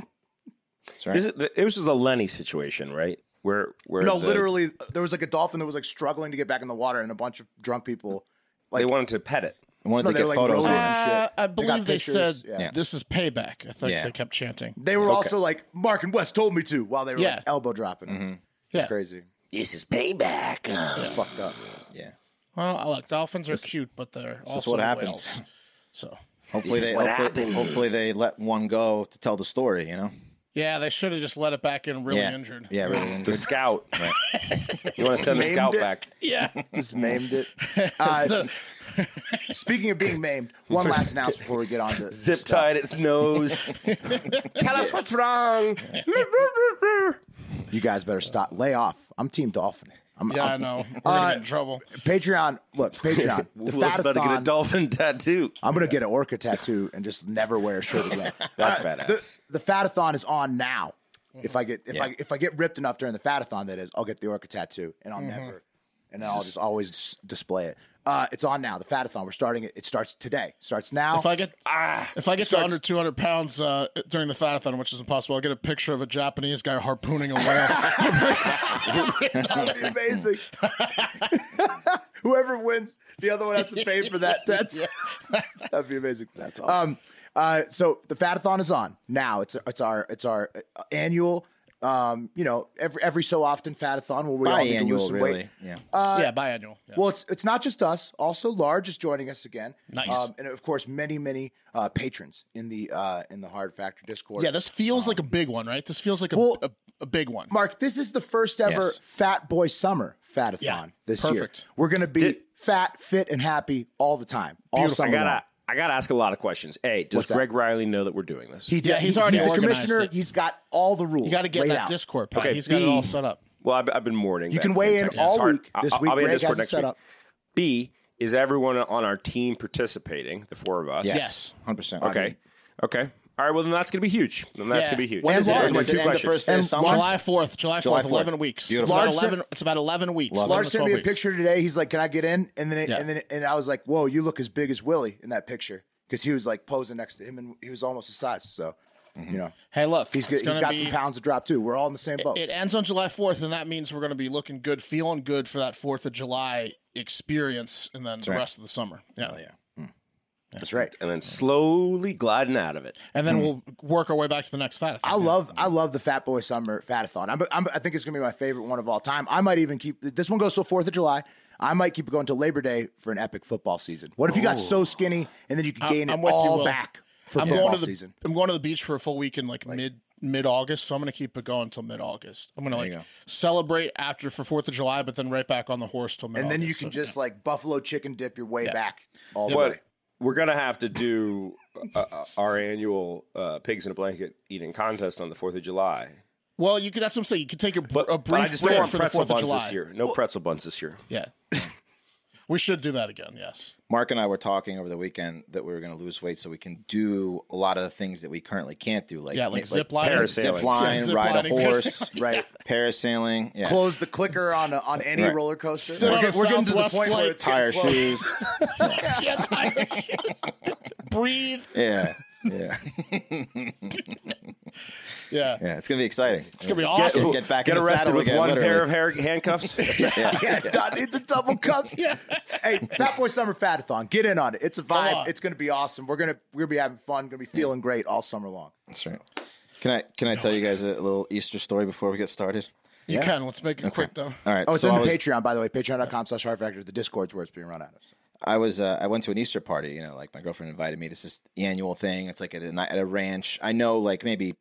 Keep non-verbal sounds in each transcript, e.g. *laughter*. That's right. Is it, it was just a Lenny situation, right? Where where No, the- literally, there was like a dolphin that was like struggling to get back in the water, and a bunch of drunk people. they wanted to pet it. I wanted No, to they get were like photos. rolling of it. and shit. Uh, They I got believe they, pictures, said yeah. this is payback. I think Yeah. they kept chanting. They were also like, Mark and Wes told me to while they were Yeah. like elbow dropping. them. It's Yeah. Mm-hmm. crazy. This *laughs* is payback. It's fucked up. Yeah. Well, look, dolphins are cute, but they're This is also what happens. *laughs* whales. So Hopefully they hopefully, hopefully they let one go to tell the story, you know? yeah, they should have just let it back in really yeah. injured. Yeah, really The *laughs* injured. scout. You want to send the Named scout it? back? Yeah. *laughs* *laughs* Just maimed it. Uh, So- speaking of being maimed, one last announcement before we get on to Zip tied its *laughs* nose. Tell us what's wrong. You guys better stop. Lay off. I'm Team Dolphin. I'm, yeah, I I'm- know. We're gonna Uh, get in trouble. Patreon. Look, Patreon. The Will's about to get a Fatathon. dolphin tattoo. I'm gonna get an orca tattoo and just never wear a shirt again. That's All right, badass. The, the fatathon is on now. If I get if Yeah. I if I get ripped enough during the fatathon, that is, I'll get the orca tattoo and I'll never, and I'll just always s- display it. Uh, it's on now. The fatathon. We're starting it. It starts today. Starts now. If I get ah, if I get to under 200 pounds uh, during the fatathon, which is impossible, I'll get a picture of a Japanese guy harpooning *laughs* a whale. That'd be amazing. *laughs* Whoever wins, the other one has to pay for that tattoo. *laughs* That'd be amazing. That's awesome. Um, uh, so the Fatathon is on now. It's it's our it's our uh, annual. Um, you know, every every so often Fatathon where we all need to lose Biannual, some weight. really. Yeah. yeah, biannual. Uh, Yeah. Well, it's it's not just us. Also, Large is joining us again. Um, Nice. and of course, many many uh, patrons in the uh, in the Hard Factor Discord. yeah, this feels like a big one, right? This feels like a um, Well- a, a big one. Mark, this is the first ever Yes. Fat Boy Summer Fatathon Yeah, this perfect. year. We're going to be Did- fat, fit, and happy all the time, all I summer. long. gotta I gotta ask a lot of questions. Hey, does What's that? Greg Riley know that we're doing this? He did, Yeah, he's already he's the organized commissioner. it. He's got all the rules. you got to get laid that out. Discord. Pat. Okay, He's got it all B. set up. well, I've, I've been mourning. You that can in weigh in Texas. all It's hard. week. This I'll, week, I'll be in Greg Discord has it next set week. up. B is everyone on our team participating? The four of us. Yes. 100%. Okay. Okay. All right. Well, then that's gonna be huge. Then that's Yeah. gonna be huge. When And is it? Large Does Those are my is it two end the questions. first day of And summer? July 4th, July 4th, July 4th. 11 weeks. It's Beautiful. about Large 11 sent- it's about 11 weeks. Large 11 sent me a 12 weeks. picture today. He's like, "Can I get in?" And then, it, Yeah. and then, and I was like, "Whoa, you look as big as Willie in that picture," because he was like posing next to him, and he was almost his size. So, you know, Hey, look. he's it's good, he's gonna got be- some pounds to drop too. We're all in the same boat. It ends on July 4th, and that means we're going to be looking good, feeling good for that 4th of July experience and then the rest of the summer. Yeah. yeah. That's right. and then slowly gliding out of it. and then we'll work our way back to the next fat. I love I love the Fat Boy Summer Fatathon. I'm, I'm, I think it's gonna be my favorite one of all time. I might even keep this one goes till Fourth of July. I might keep it going till Labor Day for an epic football season. What if you got so skinny and then you could I'm- gain I'm it with you, all Will. back for I'm football going to the season? I'm going to the beach for a full week in like, mid mid August, so I'm going to keep it going until mid August. I'm going to like celebrate after for Fourth of July, but then right back on the horse till mid. And then you can just like buffalo chicken dip your way back all the way. But we're gonna have to do uh, uh, our annual uh, pigs in a blanket eating contest on the Fourth of July. well, you could. That's what I'm saying. You could take a, br- But, a but I brief just break don't want for the pretzel Fourth of buns July this year. No pretzel buns this year. Yeah, we should do that again. Yes. Mark and I were talking over the weekend that we were going to lose weight so we can do a lot of the things that we currently can't do, like Yeah, like zip line. like Parasailing. zip line, Yeah, zip ride a lining, horse, parasailing. right? Parasailing, yeah. Close the clicker on a, on any Right. roller coaster. Sit on we're, a we're getting to the Southwest point where flight. it's tire getting close. shoes, *laughs* Yeah, Tyler, yes. Breathe. yeah, yeah, Yeah. yeah. It's going to be exciting. It's gonna be awesome. get back Get in the arrested saddle with again, one literally. pair of hair- handcuffs. yeah. *laughs* Yeah, I need the *laughs* double cups. yeah. Hey, Fat Boy Summer Fatathon, get in on it. It's a vibe. on. It's going to be awesome. We're gonna we're gonna be having fun. Gonna be feeling great all summer long. That's right. Can I can I tell you guys a little Easter story before we get started? you can. Let's make it quick though. All right. Oh, it's so in I the was, Patreon, by the way. Patreon.com/slash Hard Factor. The Discord's where it's being run out of. I was uh, I went to an Easter party. You know, like my girlfriend invited me. This is the annual thing. It's like at a, ni- at a ranch. I know like maybe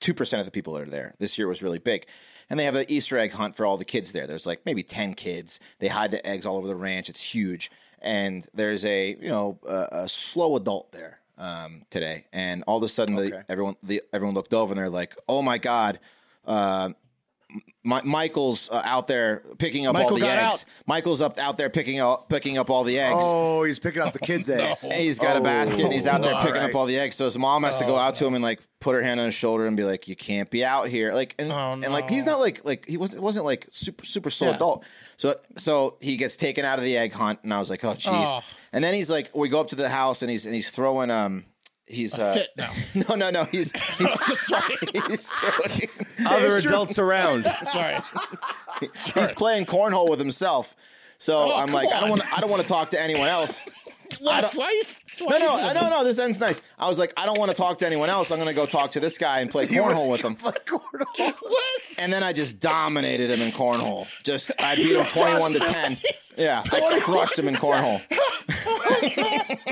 two percent of the people that are there. This year was really big, and they have an Easter egg hunt for all the kids there. There's like maybe ten kids. They hide the eggs all over the ranch. It's huge, and there's a you know a, a slow adult there um, today, and all of a sudden the, everyone the, everyone looked over and they're like, oh my god. Uh, Mi- Michael's uh, out there picking up Michael all the got eggs. out. Michael's up out there picking up picking up all the eggs. Oh, he's picking up the kids' eggs. And he's got a Oh. basket and he's out there All picking right. up all the eggs. So his mom has to Oh. go out to him and like put her hand on his shoulder and be like, "You can't be out here." Like and, Oh, and like he's not like like he wasn't wasn't like super super slow adult. So so he gets taken out of the egg hunt and I was like, "Oh jeez." Oh. And then he's like, we go up to the house and he's and he's throwing um he's uh, fit now. *laughs* no no no *laughs* he's he's, Sorry. he's throwing *laughs* Other adults around. Sorry. he's playing cornhole with himself. So I'm Oh, come like, I don't on. want I don't want to talk to anyone else. Wes, why you? No, Why no, you I don't know. This ends nice. I was like, I don't want to talk to anyone else. I'm going to go talk to this guy *laughs* and play cornhole with him. Wes. And then I just dominated him in cornhole. Just *laughs* I beat him 21 to 10. Yeah, I crushed him in cornhole.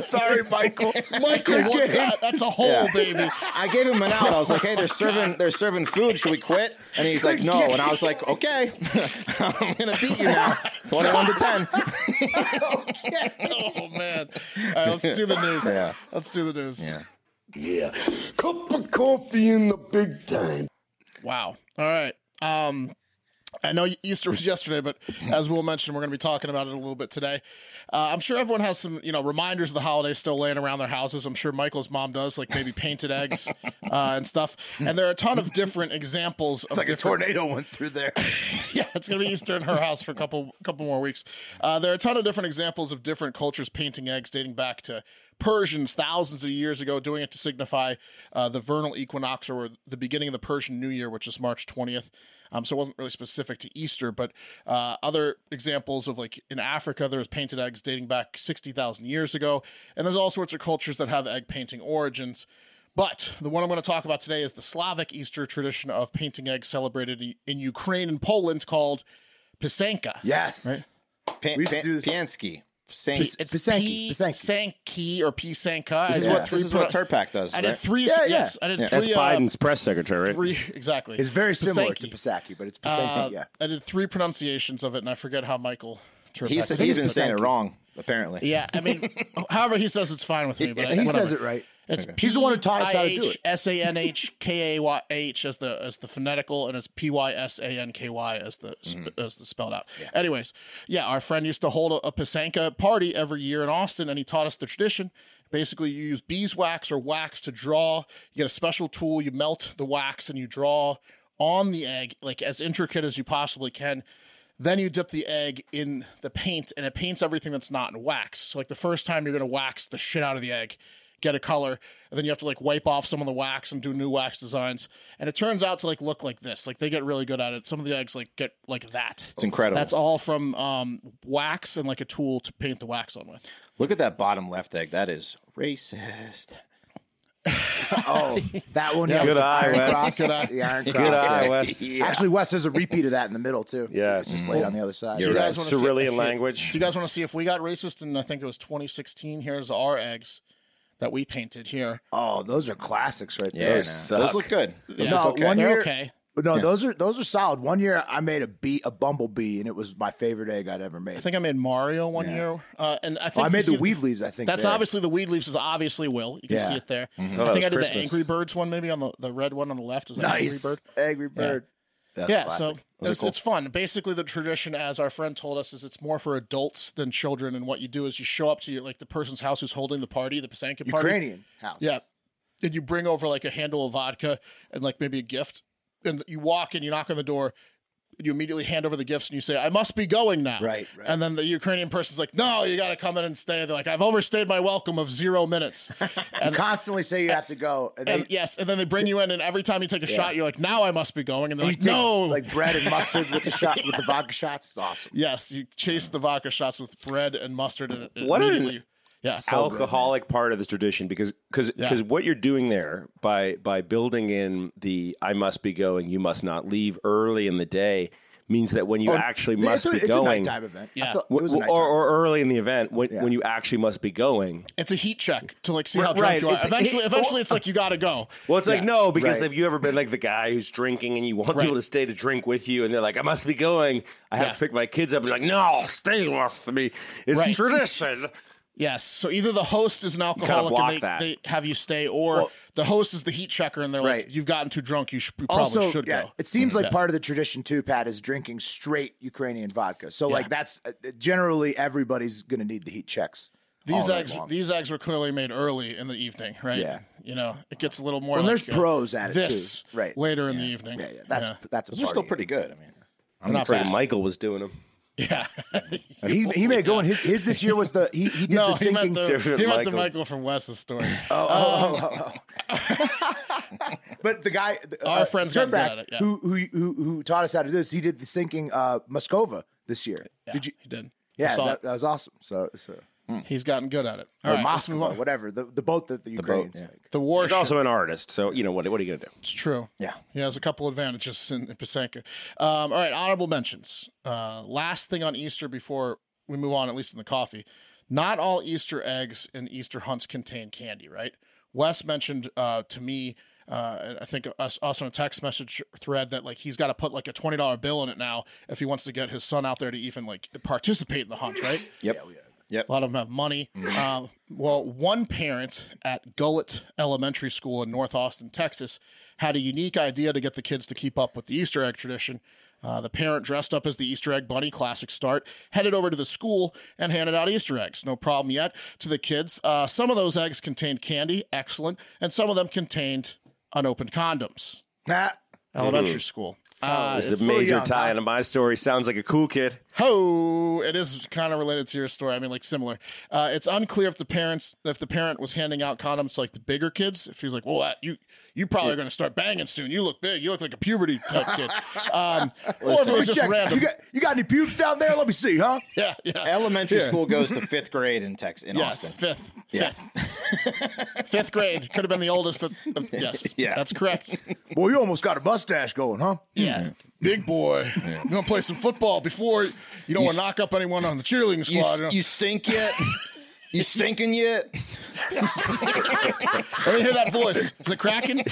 Sorry, Michael. Michael, what's that? That's a hole, Yeah. baby. I gave him an out. I was like, "Hey, they're serving they're serving food. Should we quit?" And he's like, "No." And I was like, "Okay, *laughs* I'm going to beat you now, 21 to 10." *laughs* Oh man. All right, let's do *laughs* the news. Yeah. Let's do the news. Yeah. Yeah. Cup of coffee in the big time. Wow. All right. Um, I know Easter was yesterday, but as Will mentioned, we're going to be talking about it a little bit today. Uh, I'm sure everyone has some, you know, reminders of the holiday still laying around their houses. I'm sure Michael's mom does, like maybe painted eggs uh, and stuff. And there are a ton of different examples of like a different tornado went through there. *laughs* yeah, it's gonna be Easter in her house for a couple couple more weeks. Uh, there are a ton of different examples of different cultures painting eggs, dating back to Persians thousands of years ago, doing it to signify uh, the vernal equinox or the beginning of the Persian New Year, which is March twentieth. Um, so it wasn't really specific to Easter, but uh, other examples of like in Africa, there's painted eggs dating back sixty thousand years ago, and there's all sorts of cultures that have egg painting origins. But the one I'm going to talk about today is the Slavic Easter tradition of painting eggs celebrated i- in Ukraine and Poland called Pisanka. Yes. Pan, We used to do this- Piansky. Saint. It's Pisanki, P- Pisanki. Sanki or Pisanka. This is I did what this three is what pro- Turpak does, I right? did three. Yeah, yes, yeah. I did That's three. uh, Biden's press secretary. Right? three exactly. It's very similar Pisanki. to Pisaki, but it's Pisaki. Uh, yeah. I did three pronunciations of it, and I forget how Michael. Turpak He's, said he's it. been saying it wrong, apparently. Yeah, *laughs* I mean, however he says it's fine with me. But I- He says whatever. it right. It's He's the one who taught us how to do it. S A N H K A Y H as the as the phonetical, and it's P Y S A N K Y as the sp Mm-hmm. as the spelled out. Anyways, yeah, our friend used to hold a, a Pisanka party every year in Austin, and he taught us the tradition. Basically, you use beeswax or wax to draw. You get a special tool. You melt the wax, and you draw on the egg like as intricate as you possibly can. Then you dip the egg in the paint, and it paints everything that's not in wax. So, like the first time you're gonna wax the shit out of the egg, get a color, and then you have to like wipe off some of the wax and do new wax designs. And it turns out to like look like this. Like they get really good at it. Some of the eggs like get like that. It's incredible. That's all from um, wax and like a tool to paint the wax on with. Look at that bottom left egg. That is racist. Oh, *laughs* that one. Yeah, Good with the eye, iron Wes. cross. Good eye. The iron Good cross, eye, yeah. Wes. Actually, Wes there's a repeat of that in the middle too. Yeah. it's just laid on the other side. You're Do you right. guys wanna see- Cerulean see- language. Do you guys want to see if we got racist? And I think it was 2016. Here's our eggs that we painted here. Oh, those are classics right Yeah, there. no. suck. those look good. Those Yeah. look No, okay. one They're year, okay. no, those are those are solid. One year I made a bee, a bumblebee, and it was my favorite egg I'd ever made. I think I made Mario one year, uh, and I Oh, think I you made see the weed leaves. I think That's there. obviously the weed leaves is obviously Will. You can Yeah. Mm-hmm. see it there. that I think was I did the Christmas. Angry Birds one, maybe on the, the red one on the left. Is that nice. Angry Bird? Angry Bird. That's yeah, classic. so Those are it's, cool. it's fun. Basically, the tradition, as our friend told us, is it's more for adults than children. And what you do is you show up to your, like the person's house who's holding the party, the Pasanka party, Ukrainian house. Yeah. And you bring over like a handle of vodka and like maybe a gift. And you walk in, you knock on the door, and you immediately hand over the gifts and you say, I must be going now. Right, right. And then the Ukrainian person's like, No, you got to come in and stay. They're like, I've overstayed my welcome of zero *laughs* minutes. You constantly say you have to go, and, they, *laughs* and yes. And then they bring you in, and every time you take a shot, you're like, Now I must be going. And they're you like, take No. like bread and mustard *laughs* with the shot with the vodka shots. It's awesome. yes. You chase the vodka shots with bread and mustard. And it What an- immediately. yeah. alcoholic part of the tradition because because Yeah. because what you're doing there by by building in the I must be going, you must not leave early in the day means that when you actually Oh, It's must a- be it's a going. nighttime event. I Yeah. felt- it w- was a w- nighttime. or, or early in the event when, when you actually must be going. It's a heat check to like see how Right, drunk right. you are. It's- eventually, it- Oh, eventually, it's like you got to go. Well, it's like no, because right. have you ever been like the guy who's drinking and you want Right. people to stay to drink with you, and they're like, "I must be going. I have Yeah. to pick my kids up." And you're like, "No, stay with me. It's Right. tradition." Yes. So either the host is an alcoholic block and that. they, they have you stay, or the host is the heat checker and they're Right. like, you've gotten too drunk. You, sh- you probably also, should yeah, go. it seems like part of the tradition too, Pat, is drinking straight Ukrainian vodka. So, like, that's uh, generally everybody's going to need the heat checks. These all night eggs, long. these eggs were clearly made early in the evening, right? Yeah. You know, it gets a little more. Well, like, uh, there's pros at it, too. this Right. Later in the evening. yeah, yeah, that's that's a Those are still party. pretty good. I mean, I'm not Pretty fast. Michael was doing them. *laughs* Yeah. He he made it go, and his his this year was the he, he did no, the he meant sinking. the, different he meant the Michael. Michael from Wes's story. Oh, but the guy, the, Our friend's gotten Turnback, good at it, yeah. who, who who who taught us how to do this, he did the sinking uh, Moskova this year. did you? He did. I Yeah, saw that, mm. Oh, that was awesome. So so it. he's gotten good at it. All or right, let's move Moscow, on. whatever the the boat that the, Ukrainians boat, make. The war He's also an artist, so you know what? What are you gonna do? It's true. Yeah. He has a couple advantages in, in Pisanka. Um, all right, honorable mentions. Uh, last thing on Easter before we move on, at least in the coffee. Not all Easter eggs and Easter hunts contain candy, right? Wes mentioned uh, to me, uh, and I think us, us on a text message thread that like he's got to put like a twenty dollar bill in it now if he wants to get his son out there to even like participate in the hunt, right? yep. A lot of them have money. Um, well, one parent at Gullet Elementary School in North Austin, Texas, had a unique idea to get the kids to keep up with the Easter egg tradition. Uh, the parent dressed up as the Easter egg bunny, classic start, headed over to the school and handed out Easter eggs. No problem yet to the kids. Uh, some of those eggs contained candy, excellent, and some of them contained unopened condoms. Nah, Elementary school. Uh, This is it's a so major young, tie huh? into my story. Sounds like a cool kid. Ho! It is kind of related to your story. I mean, like similar. Uh, it's unclear if the parents, if the parent was handing out condoms to like the bigger kids. If he's like, "Well, that, you you probably are going to start banging soon. You look big. You look like a puberty type *laughs* kid." Um, or if it Listen, was just Check, random. You got you got any pubes down there? Let me see, huh? yeah, yeah. Elementary Yeah. school goes to fifth grade in Texas in Yes, Austin. fifth, Yeah. fifth, fifth grade could have been the oldest. That, *laughs* of- yes, Yeah. that's *laughs* correct. Boy, you almost got a mustache going, huh? Yeah, big boy, you're gonna play some football before you don't want to s- knock up anyone on the cheerleading You, squad. know? you stink yet? you stinking yet? Let me hear that voice. Is it cracking?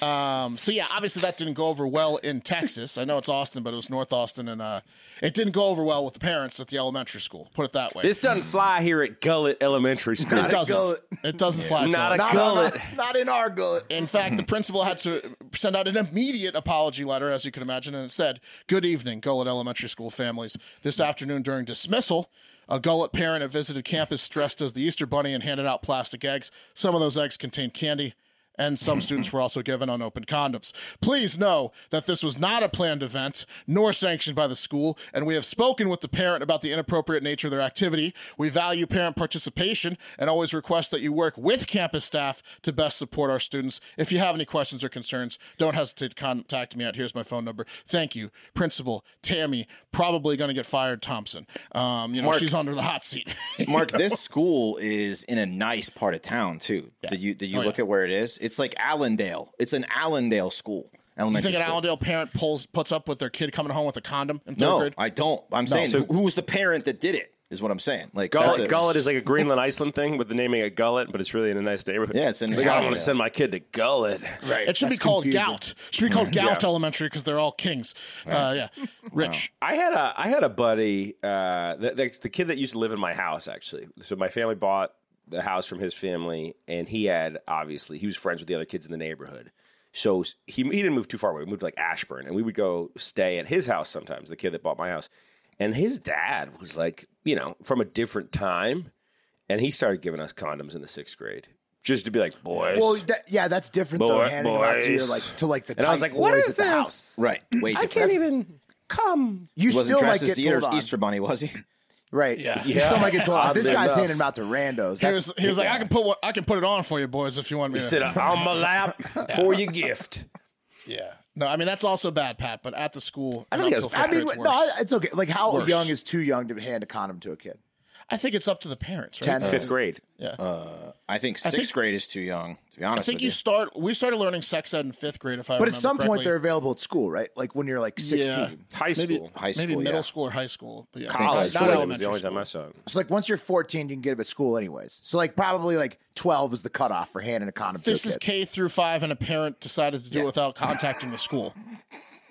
Um, so yeah, obviously that didn't go over well in Texas. I know it's Austin, but it was North Austin, and uh, it didn't go over well with the parents at the elementary school. Put it that way. This doesn't fly here at Gullet Elementary School. it doesn't. It doesn't fly. Not well. a Not, gullet. not, not in our gullet. in fact, the principal had to send out an immediate apology letter, as you can imagine, and it said, "Good evening, Gullet Elementary School families. This afternoon during dismissal." A gullet parent had visited campus dressed as the Easter Bunny and handed out plastic eggs. Some of those eggs contained candy, and some students were also given unopened condoms. Please know that this was not a planned event nor sanctioned by the school, and we have spoken with the parent about the inappropriate nature of their activity. We value parent participation and always request that you work with campus staff to best support our students. If you have any questions or concerns, don't hesitate to contact me at here's my phone number. Thank you, Principal Tammy. Probably going to get fired, Thompson. Um, you know she's under the hot seat. Mark, this school is in a nice part of town too. Did you did you look at where it is? It's like Allendale. It's an Allendale school. you Elementary think an school. Allendale parent pulls puts up with their kid coming home with a condom in third No, grade? I don't. I'm saying who, who was the parent that did it is what I'm saying. Like that's Gullet, a- Gullet is like a Greenland Iceland thing with the naming of Gullet, but it's really in a nice neighborhood. Yeah, it's in- Like, I don't want to send my kid to Gullet. It should be That's called confusing. Gout. It should be called Gout Elementary because they're all kings. Uh, yeah, rich. I had a I had a buddy uh, that, that's the kid that used to live in my house actually. So my family bought the house from his family, and he had obviously he was friends with the other kids in the neighborhood. So he he didn't move too far away. We moved to like Ashburn, and we would go stay at his house sometimes. The kid that bought my house, and his dad was like you know from a different time, and he started giving us condoms in the sixth grade just to be like boys. Well, that, yeah, that's different though. Boy- Handing them out to your, boys. like to like the. and I was tight like, what boys is at the house. this? right. Wait, I if can't that's- even come. You He wasn't still might dressed get as the Easter, told on. Easter bunny, was he? right? Yeah. You still Yeah. might get told on. This Oddly guy's enough. handing them out to randos. He That's, was, he was like, I can put one, I can put it on for you boys if you want me. Sit To. on my lap for your gift. Yeah. No, I mean that's also bad, Pat. But at the school, I don't think that's- I mean, worse. no, I- it's okay. Like, how Worse. young is too young to hand a condom to a kid? I think it's up to the parents. Right? Ten. Fifth grade. I think sixth think- grade is too young. To be I honest think with you, you, start. We started learning sex ed in fifth grade, if I. But at remember some correctly. point, they're available at school, right? Like when you're like sixteen. High school. maybe, High maybe school, middle yeah. school or high school. But yeah, High college, school not was elementary. the only school. time I saw him. So like once you're 14, you can get them at school anyways. So like probably like 12 is the cutoff for handing a condom This to a is kid. K through five, and a parent decided to do it without contacting the school.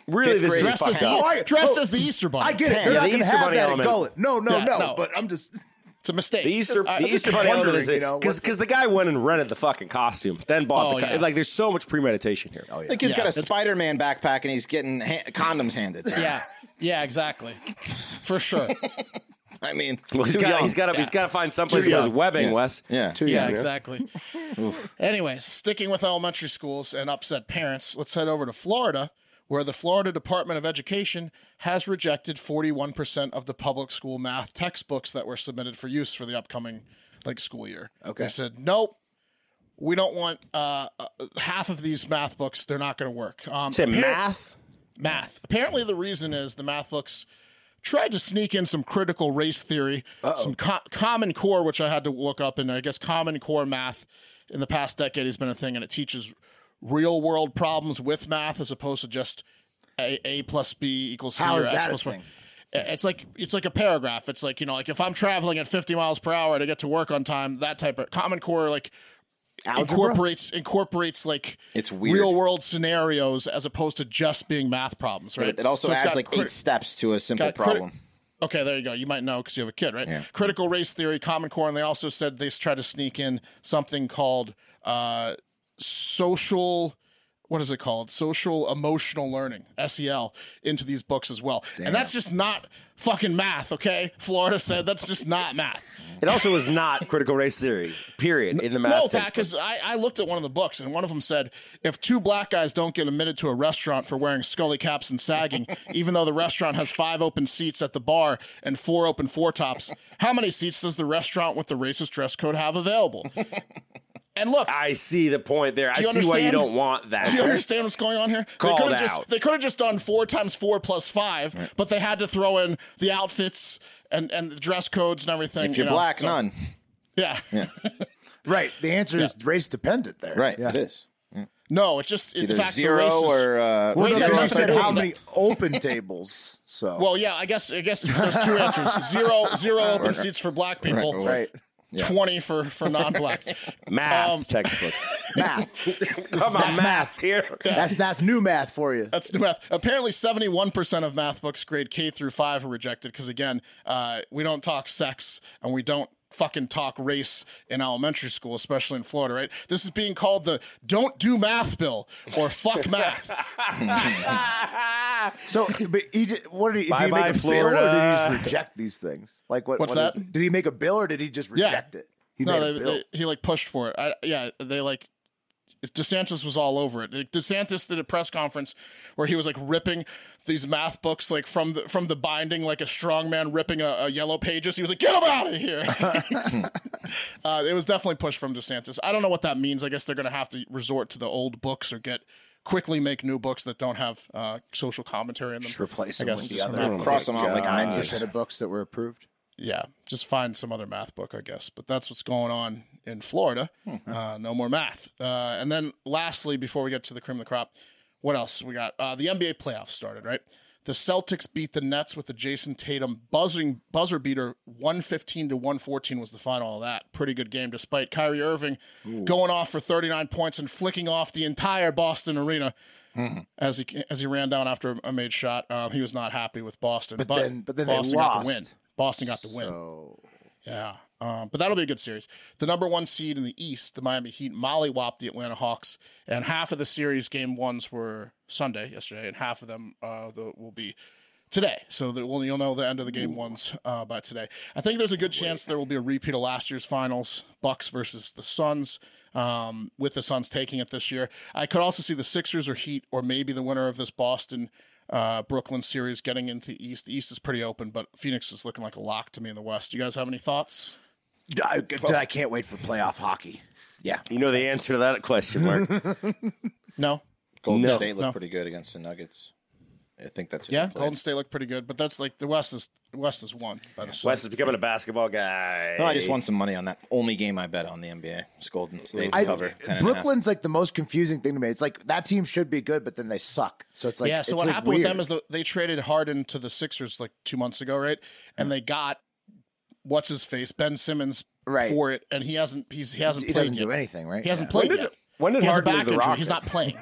Really, this grade is is Dressed, as fucked the, up. Oh, I- dressed oh, as the Easter bunny. I get it. They're not Yeah, the going to Easter have Bunny that at element. Gullet. No, no, Yeah, no, no. But I'm just It's a mistake. The Easter, I- the I'm Easter just Bunny element wondering, is you know, because what- the guy went and rented the fucking costume, then bought Oh, the co- yeah. like. There's so much premeditation here. Oh the kid's Yeah, got a that's- Spider-Man backpack and he's getting ha- condoms handed. to him. Yeah, yeah, exactly, for sure. *laughs* I mean, Well, he's too got, young. he's got, to, he's got to find someplace Too where there's young. webbing, Wes. yeah. too Yeah, young. *laughs* exactly. Anyways, sticking with elementary schools and upset parents, let's head over to Florida, where the Florida Department of Education has rejected 41% of the public school math textbooks that were submitted for use for the upcoming like school year. Okay. They said, nope. We don't want uh, uh, half of these math books. They're not going to work. Um, Say apparent- math. math. Apparently, the reason is the math books tried to sneak in some critical race theory, some co- Common Core, which I had to look up, and I guess Common Core math in the past decade has been a thing, and it teaches real world problems with math as opposed to just a, a plus b equals c How or is x that a plus one. thing? It's like it's like a paragraph. It's like you know, like if I'm traveling at 50 miles per hour to get to work on time, that type of Common Core like incorporates incorporates like It's weird. real world scenarios as opposed to just being math problems, right? It also So it's adds got like crit- eight steps to a simple got crit- problem. Okay, there you go. You might know because you have a kid, right? Critical race theory, Common Core, and they also said they try to sneak in something called uh, social. What is it called? Social emotional learning (SEL) into these books as well, and that's just not fucking math. Okay, Florida said that's just not math. It also is not critical race theory. Period. In the math. No, Pat, textbook. because I, I looked at one of the books, and one of them said if two black guys don't get admitted to a restaurant for wearing scully caps and sagging, even though the restaurant has five open seats at the bar and four open four tops, how many seats does the restaurant with the racist dress code have available? And look, I see the point there. I see you why you understand? don't want that. do you understand what's going on here? They Called could have just out. they could have just done four times four plus five, but they had to throw in the outfits and and the dress codes and everything. If you're you know, black, so- none. Yeah. Right. The answer is race dependent there. Right. Yeah. It is. No, it just in Either fact the zero racist- or uh, Well, no, Race zero but or you said how 13. many open tables. So Well, yeah, I guess *laughs* I guess there's two answers: zero, zero open seats for black people, right. twenty *laughs* for for non-black. math Um, *laughs* textbooks. Math. Come on, math here. That's that's new math for you. That's the math. Apparently, seventy-one percent of math books, grade K through five, are rejected because again, uh, we don't talk sex and we don't fucking talk race in elementary school, especially in Florida. Right? This is being called the "Don't Do Math" bill *laughs* or "Fuck Math." So, but he just, what did he, did he Bye-bye, make a bill or did he Florida. just reject these things? Like what? What's what is that? it? Did he make a bill or did he just Yeah. reject it? He no, made a they, bill. they, he like pushed for it. I, yeah, they like DeSantis was all over it. Like, DeSantis did a press conference where he was like ripping these math books like from the from the binding, like a strong man ripping a, a yellow pages. He was like, "Get him out of here!" *laughs* uh, it was definitely pushed from DeSantis. I don't know what that means. I guess they're going to have to resort to the old books or get quickly make new books that don't have uh, social commentary in them. Just replace I them guess with the just other. Oh remove- Cross them out like God. menus. Set of books that were approved. yeah, just find some other math book, I guess. But that's what's going on in Florida. Uh, no more math. Uh, and then, lastly, before we get to the cream of the crop, what else we got? Uh, the NBA playoffs started, right? The Celtics beat the Nets with the Jason Tatum buzzing buzzer beater. One fifteen to one fourteen was the final of that. Pretty good game, despite Kyrie Irving going off for thirty nine points and flicking off the entire Boston arena. As he as he ran down after a made shot, um, he was not happy with Boston. But, then- but then they Boston got the lost. win. Boston got the win. Yeah. Um, but that'll be a good series. The number one seed in the East, the Miami Heat, mollywopped the Atlanta Hawks, and half of the series game ones were Sunday, yesterday, and half of them uh, the, will be today. So that we'll, you'll know the end of the game ones uh, by today. I think there's a good chance there will be a repeat of last year's finals, Bucks versus the Suns, um, with the Suns taking it this year. I could also see the Sixers or Heat, or maybe the winner of this Boston uh, Brooklyn series getting into the East. The East is pretty open, but Phoenix is looking like a lock to me in the West. Do you guys have any thoughts? I, I can't wait for playoff hockey. You know the answer to that *laughs* question, Mark. No. Golden No. State No. looked pretty good against the Nuggets. I think that's who Yeah, they played. Golden State looked pretty good, but that's like the West is West is one. By the Wes is becoming a basketball guy. No, I just won some money on that only game I bet on the NBA. It's Golden State I, uh, cover. 10 and a half. Brooklyn's like the most confusing thing to me. It's like that team should be good, but then they suck. So it's like yeah. So it's, what like, happened with weird. them is the, they traded Harden to the Sixers like two months ago, right? And they got what's his face Ben Simmons Right. for it, and he hasn't he's, he hasn't he played doesn't yet. do anything, right? He hasn't Yeah. played When did- yet. when did he has a Harden leave back the injury? He's not Rockets? playing.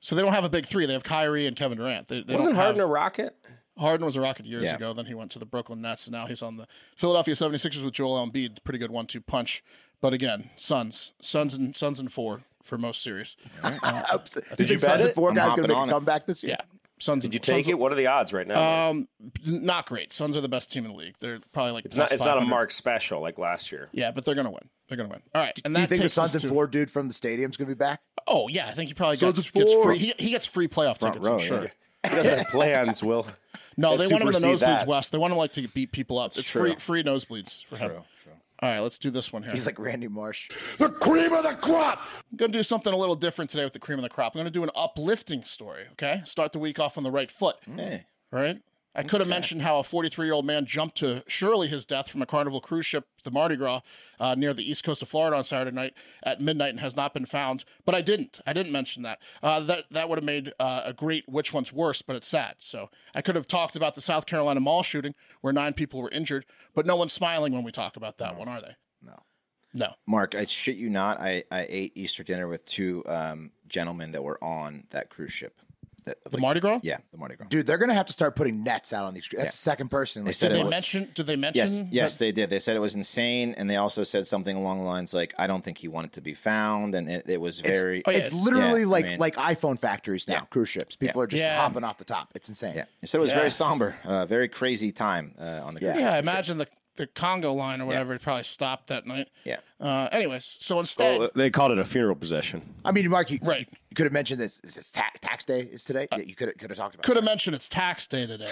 So they don't have a big three. They have Kyrie and Kevin Durant. They, they Wasn't don't have- Harden a rocket? Harden was a Rocket years Yeah. ago. Then he went to the Brooklyn Nets, and now he's on the Philadelphia 76ers with Joel Embiid. Pretty good one-two punch. But again, Suns, Suns, and Suns and four for most series. *laughs* Did you you bet bet it? it? Four I'm guys hopping going to on make a it. comeback this year. Yeah, Suns. Did you take it? What are the odds right now? Um, not great. Suns are the best team in the league. They're probably like it's not. It's not a Mark special like last year. Yeah, but they're gonna win. They're gonna win. All right, and Do that you think the takes us Suns and to- four dude from the stadium's going to be back? Oh yeah, I think he probably Suns gets, and gets four. free. He, he gets free playoff tickets. row, I'm sure. yeah. He doesn't have plans, *laughs* Will. No, Let's they want him in the supersede nosebleeds that. west. They want him like to beat people up. it's free true. free nosebleeds for him. True, true. All right, let's do this one here. He's like Randy Marsh. The cream of the crop. I'm going to do something a little different today with the cream of the crop. I'm going to do an uplifting story, okay? Start the week off on the right foot, Hey, right? I could have mentioned how a 43 year old man jumped to surely his death from a carnival cruise ship, the Mardi Gras, uh, near the east coast of Florida on Saturday night at midnight and has not been found. But I didn't. I didn't mention that. Uh, that that would have made uh, a great which one's worse, but it's sad. So I could have talked about the South Carolina mall shooting where nine people were injured, but no one's smiling when we talk about that one, are they? No. No. Mark, I shit you not. I, I ate Easter dinner with two um, gentlemen that were on that cruise ship. That, The Mardi Gras? Yeah, the Mardi Gras. Dude, they're going to have to start putting nets out on these. That's the second person. Like, said Did it they was- mention? Did they mention? Yes, that- yes, they did. They said it was insane, and they also said something along the lines like, "I don't think he wanted to be found," and it, it was very. oh, yeah, it's literally Yeah, I like mean- like iPhone factories now. Cruise ships, people are just Yeah. hopping off the top. It's insane. Yeah, they said it was Yeah. very somber, uh, very crazy time uh, on the cruise Yeah, I ship. imagine the the Congo line or whatever it probably stopped that night. Yeah. Uh, anyways, so instead, they called it a funeral possession. I mean, Mark, you, Right. Uh, you could have mentioned this. Is this ta- tax day is today? yeah, you could have, could have talked about could have that. mentioned it's tax day today,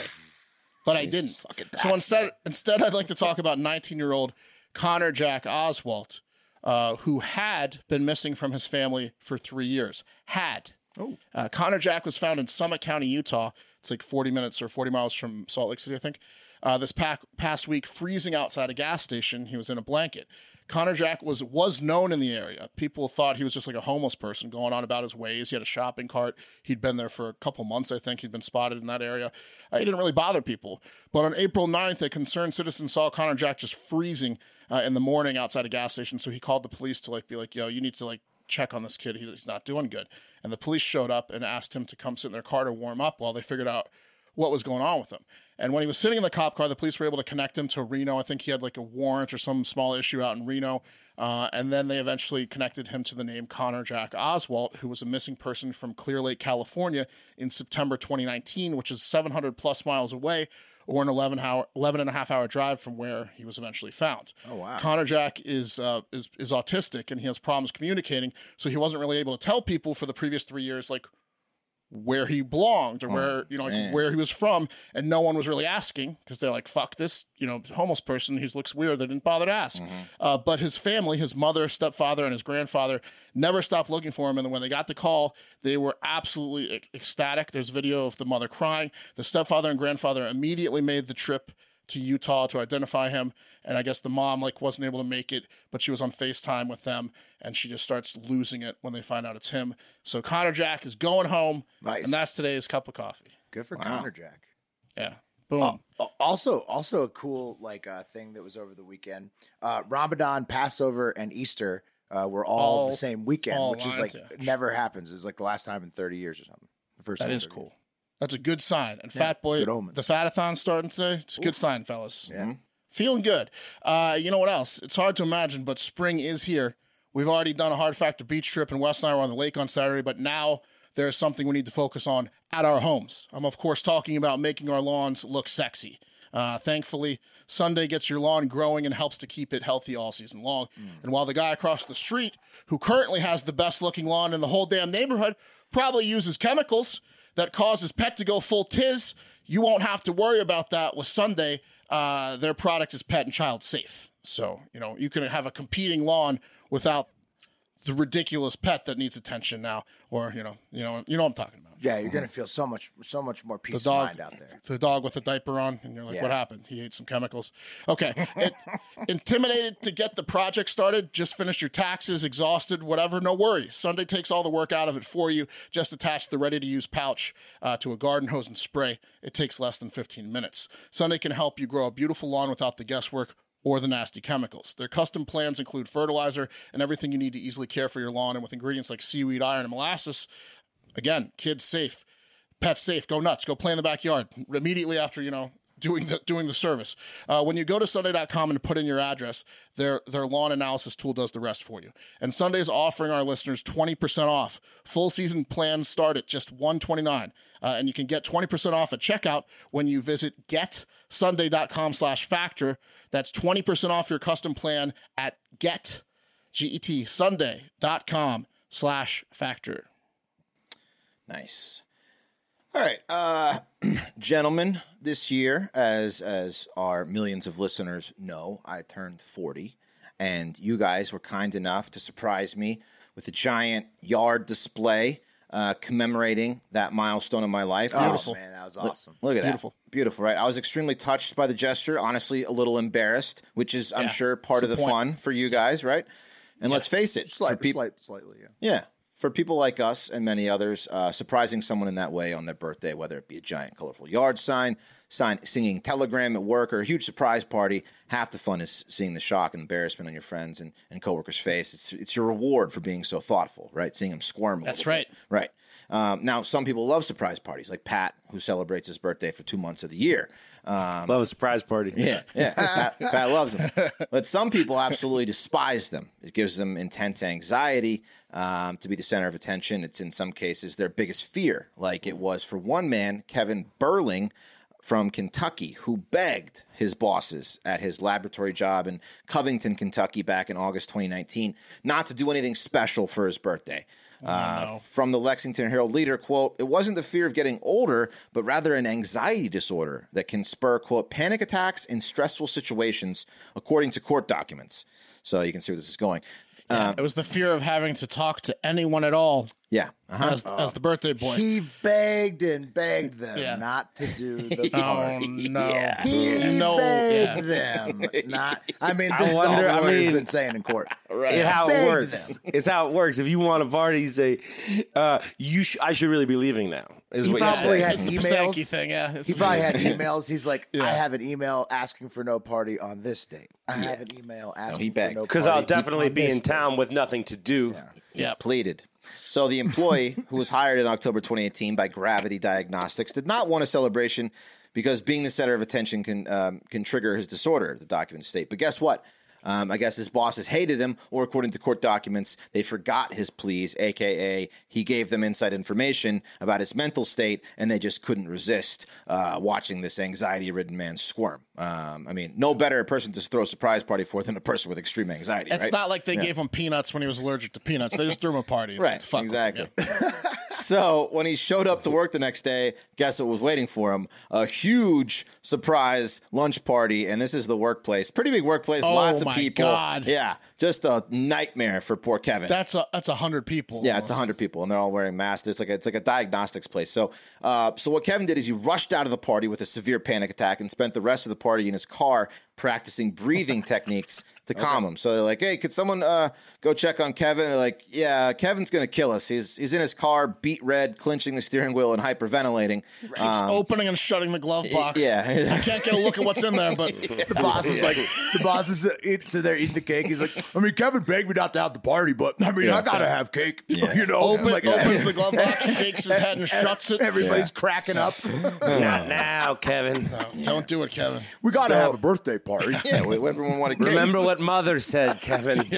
but I didn't. So instead, instead, I'd like to talk about 19 year old Connor Jack Oswalt, uh, who had been missing from his family for three years. Had. Oh. Uh, Connor Jack was found in Summit County, Utah. It's like 40 minutes or 40 miles from Salt Lake City, I think. Uh, this pack, past week, freezing outside a gas station. He was in a blanket. Connor Jack was was known in the area. People thought he was just like a homeless person going on about his ways. He had a shopping cart. He'd been there for a couple months, I think. He'd been spotted in that area. Uh, he didn't really bother people. But on April 9th, a concerned citizen saw Connor Jack just freezing uh, in the morning outside a gas station. So he called the police to like be like, "Yo, you need to like check on this kid. He- He's not doing good." And the police showed up and asked him to come sit in their car to warm up while they figured out what was going on with him. And when he was sitting in the cop car, the police were able to connect him to Reno. I think he had like a warrant or some small issue out in Reno. Uh, and then they eventually connected him to the name Connor Jack Oswalt, who was a missing person from Clear Lake, California in September 2019, which is 700 plus miles away, or an 11, hour, 11 and a half hour drive from where he was eventually found. Oh, wow. Connor Jack is, uh, is, is autistic and he has problems communicating. So he wasn't really able to tell people for the previous three years, like, where he belonged or where you know like where he was from and no one was really asking because they're like fuck this you know homeless person he looks weird they didn't bother to ask uh, but his family his mother stepfather and his grandfather never stopped looking for him and when they got the call they were absolutely ec- ecstatic there's video of the mother crying the stepfather and grandfather immediately made the trip to Utah to identify him. And I guess the mom like wasn't able to make it, but she was on FaceTime with them and she just starts losing it when they find out it's him. So Connor Jack is going home. Nice. And that's today's cup of coffee. Good for Connor Jack. Oh, Yeah. Boom. Al- Also, also a cool like uh, thing that was over the weekend. Uh, Ramadan, Passover, and Easter uh, were all, All- the same weekend, all which is like aligned, yeah. never happens. It's like the last time in thirty years or something. The first that time in is 30 cool. That's a good sign. And Fat Boy, good omen. the Fatathon's starting today. It's a good sign, fellas. Yeah. Feeling good. Uh, you know what else? It's hard to imagine, but spring is here. We've already done a hard factor beach trip, and Wes and I were on the lake on Saturday, but now there's something we need to focus on at our homes. I'm, of course, talking about making our lawns look sexy. Uh, thankfully, Sunday gets your lawn growing and helps to keep it healthy all season long. Mm. And while the guy across the street, who currently has the best looking lawn in the whole damn neighborhood, probably uses chemicals that causes Peck to go full tiz, you won't have to worry about that with Sunday. Uh, their product is pet and child safe. So, you know, you can have a competing lawn without the ridiculous pet that needs attention now, or you know, you know, you know what I'm talking about. Yeah, you're gonna feel so much, so much more peace Mm-hmm. The dog, of mind out there. the dog with the diaper on, and you're like, "What happened? He ate some chemicals." Okay, It- intimidated to get the project started, just finished your taxes, exhausted, whatever. No worries. Sunday takes all the work out of it for you. Just attach the ready-to-use pouch uh, to a garden hose and spray. It takes less than 15 minutes. Sunday can help you grow a beautiful lawn without the guesswork or the nasty chemicals. Their custom plans include fertilizer and everything you need to easily care for your lawn, and with ingredients like seaweed, iron, and molasses. Again, kids safe pets safe go nuts go play in the backyard immediately after you know doing the doing the service uh, when you go to sunday.com and put in your address their their lawn analysis tool does the rest for you and sunday's offering our listeners 20% off full season plans start at just 129 uh, and you can get 20% off at checkout when you visit getsunday.com slash factor that's 20% off your custom plan at get E get sunday.com slash factor Nice. All right, uh, *clears throat* gentlemen. This year, as as our millions of listeners know, I turned forty, and you guys were kind enough to surprise me with a giant yard display uh, commemorating that milestone in my life. I was- Oh man, that was awesome. Look at Beautiful. that. Beautiful, right? I was extremely touched by the gesture, honestly, a little embarrassed, which is, I'm Yeah, sure, part it's of the the point. fun for you guys, right? And let's face it, for Slight, peop- slight, slightly, yeah. yeah, for people like us and many others, uh, surprising someone in that way on their birthday, whether it be a giant colorful yard sign, sign singing telegram at work, or a huge surprise party, half the fun is seeing the shock and embarrassment on your friends and, and coworkers' face. It's it's your reward for being so thoughtful, right? Seeing them squirm. A That's little bit. Right. Um, now, some people love surprise parties, like Pat, who celebrates his birthday for two months of the year. Love a surprise party. Yeah, *laughs* yeah. Pat, Pat loves them, but some people absolutely despise them. It gives them intense anxiety um, to be the center of attention. It's in some cases their biggest fear, like it was for one man, Kevin Burling from Kentucky, who begged his bosses at his laboratory job in Covington, Kentucky, back in August 2019, not to do anything special for his birthday. Uh, From the Lexington Herald Leader, quote, it wasn't the fear of getting older, but rather an anxiety disorder that can spur, quote, panic attacks in stressful situations, according to court documents. So you can see where this is going. It was the fear of having to talk to anyone at all Yeah. Uh-huh. as, as the birthday boy. He begged and begged them Yeah. not to do *laughs* the *laughs* oh party. no! He No, begged yeah. them not. I mean, this wonder- is all I the lawyer's mean- been saying in *laughs* court. It, how it Beg works. *laughs* It's how it works. If you want a party, you say, uh, "You, sh- I should really be leaving now." Is He what you probably say. had It's the emails. Pasanke thing, yeah. It's He the- probably had emails. He's like, I have an email asking for no party on this date. I have an email asking begged. for no because party I'll definitely on be this in date. town with nothing to do. yeah. pleaded. So the employee, who was hired in October 2018 by Gravity Diagnostics, did not want a celebration because being the center of attention can um, can trigger his disorder. The documents state. But guess what? Um, I guess his bosses hated him, or according to court documents, they forgot his pleas, aka he gave them inside information about his mental state, and they just couldn't resist uh, watching this anxiety-ridden man squirm. Um, I mean, no better person to throw a surprise party for than a person with extreme anxiety. It's right? not like they gave him peanuts when he was allergic to peanuts. They just threw him a party. and *laughs* Right. fuck with him, exactly. so when he showed up to work the next day, guess what was waiting for him? A huge surprise lunch party. And this is the workplace. Pretty big workplace. Oh lots my of people. God. Yeah. Just a nightmare for poor Kevin. That's a that's a hundred people. Yeah, it's almost. hundred people, and they're all wearing masks. It's like a, it's like a diagnostics place. So, uh, so what Kevin did is he rushed out of the party with a severe panic attack and spent the rest of the party in his car practicing breathing *laughs* techniques to calm him. So they're like, "Hey, could someone uh, go check on Kevin?" They're like, "Yeah, Kevin's gonna kill us. He's he's in his car, beat red, clinching the steering wheel, and hyperventilating." Um, Opening and shutting the glove box. yeah. I can't get a look at what's in there, *laughs* but The boss is like, the boss is uh, eat- sitting there eating the cake. He's like, I mean, Kevin begged me not to have the party, but I mean, I gotta have cake. *laughs* you know, Oh open, like, opens the glove box, shakes his *laughs* head, and shuts it. everybody's cracking up. Not now, Kevin. Don't do it, Kevin. We gotta So- have a birthday *laughs* party. yeah, we- Oh, everyone wanted cake. Remember what mother said, *laughs* Kevin.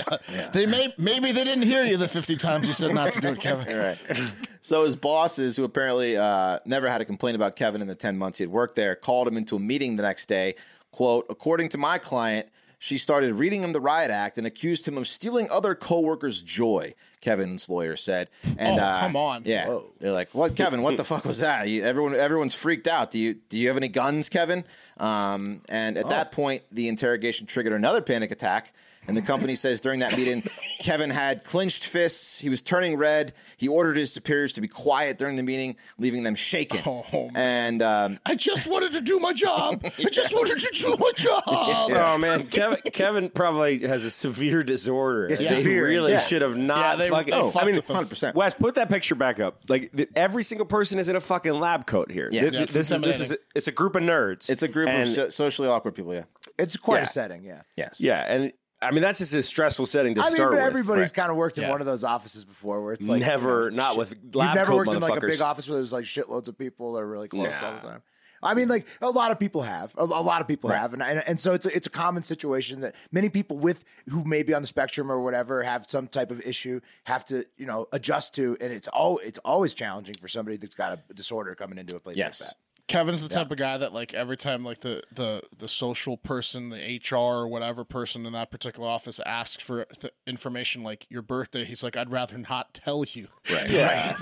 They may maybe they didn't hear you the fifty times you said not to do it, Kevin. *laughs* Right. So his bosses, who apparently uh, never had a complaint about Kevin in the 10 months he had worked there, called him into a meeting the next day. Quote, according to my client, she started reading him the riot act and accused him of stealing other coworkers' joy, Kevin's lawyer said. And Oh, uh, come on. Yeah. They're like, What Kevin, what the fuck was that? You, everyone everyone's freaked out. Do you do you have any guns, Kevin? Um, and at that point the interrogation triggered another panic attack. And the company says during that meeting, Kevin had clenched fists. He was turning red. He ordered his superiors to be quiet during the meeting, leaving them shaken. Oh, man. and um, I just wanted to do my job. I just wanted to do my job. Oh man, Kevin, Kevin probably has a severe disorder. Yeah, They severe, really yeah. should have not Yeah, they- fucking. they Oh, I fucked mean, with them. 100%. Wes, put that picture back up. Like th- every single person is in a fucking lab coat here. Yeah. Th- Yeah, it's this is this is intimidating. it's a group of nerds. it's a group and, of so- socially awkward people. Yeah. It's quite Yeah. a setting, yeah. Yes. yeah, and I mean that's just a stressful setting to I mean, start but with. everybody's right. kind of worked in Yeah. one of those offices before, where it's like Never- not with lab You've never coat worked in like a motherfuckers. big office where there's like shitloads of people that are really close all the time. I mean, like a lot of people have, a, a lot of people have, and, and and so it's a, it's a common situation that many people with who may be on the spectrum or whatever have some type of issue have to you know adjust to, and it's all it's always challenging for somebody that's got a disorder coming into a place Yes. like that. Kevin's the type of guy that like every time like the the the social person, the HR or whatever person in that particular office asks for th- information like your birthday, he's like, I'd rather not tell you. *laughs* Right. Yeah.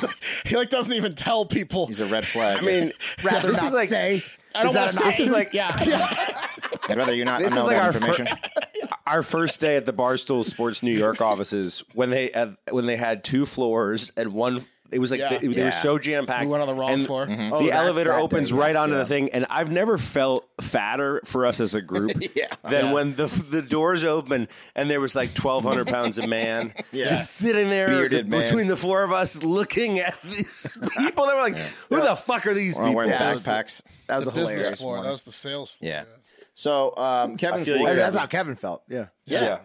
he like doesn't even tell people. He's a red flag. I mean, Rather this not is like say. I don't Is that an want to say. option? is like- yeah. yeah. I'd rather you're not This know is that like our fir- information. *laughs* our first day at the Barstool Sports New York offices when they had, when they had two floors and one. It was like Yeah. they, they were so jam packed. We went on the wrong floor. Mhm. the that- elevator that day, opens yes, right onto yeah. the thing, and I've never felt fatter for us as a group than Yeah. when the the doors open and there was like twelve hundred pounds of man just sitting there Bearded man. between the four of us, looking at these people. They were like, "Who the fuck are these We're all people?" wearing Yeah, that was the- backpacks. That was a Business hilarious floor. one. That was the sales floor. Yeah. So um, Kevin's feel you, lawyer- Kevin. That's how Kevin felt. Yeah. Yeah.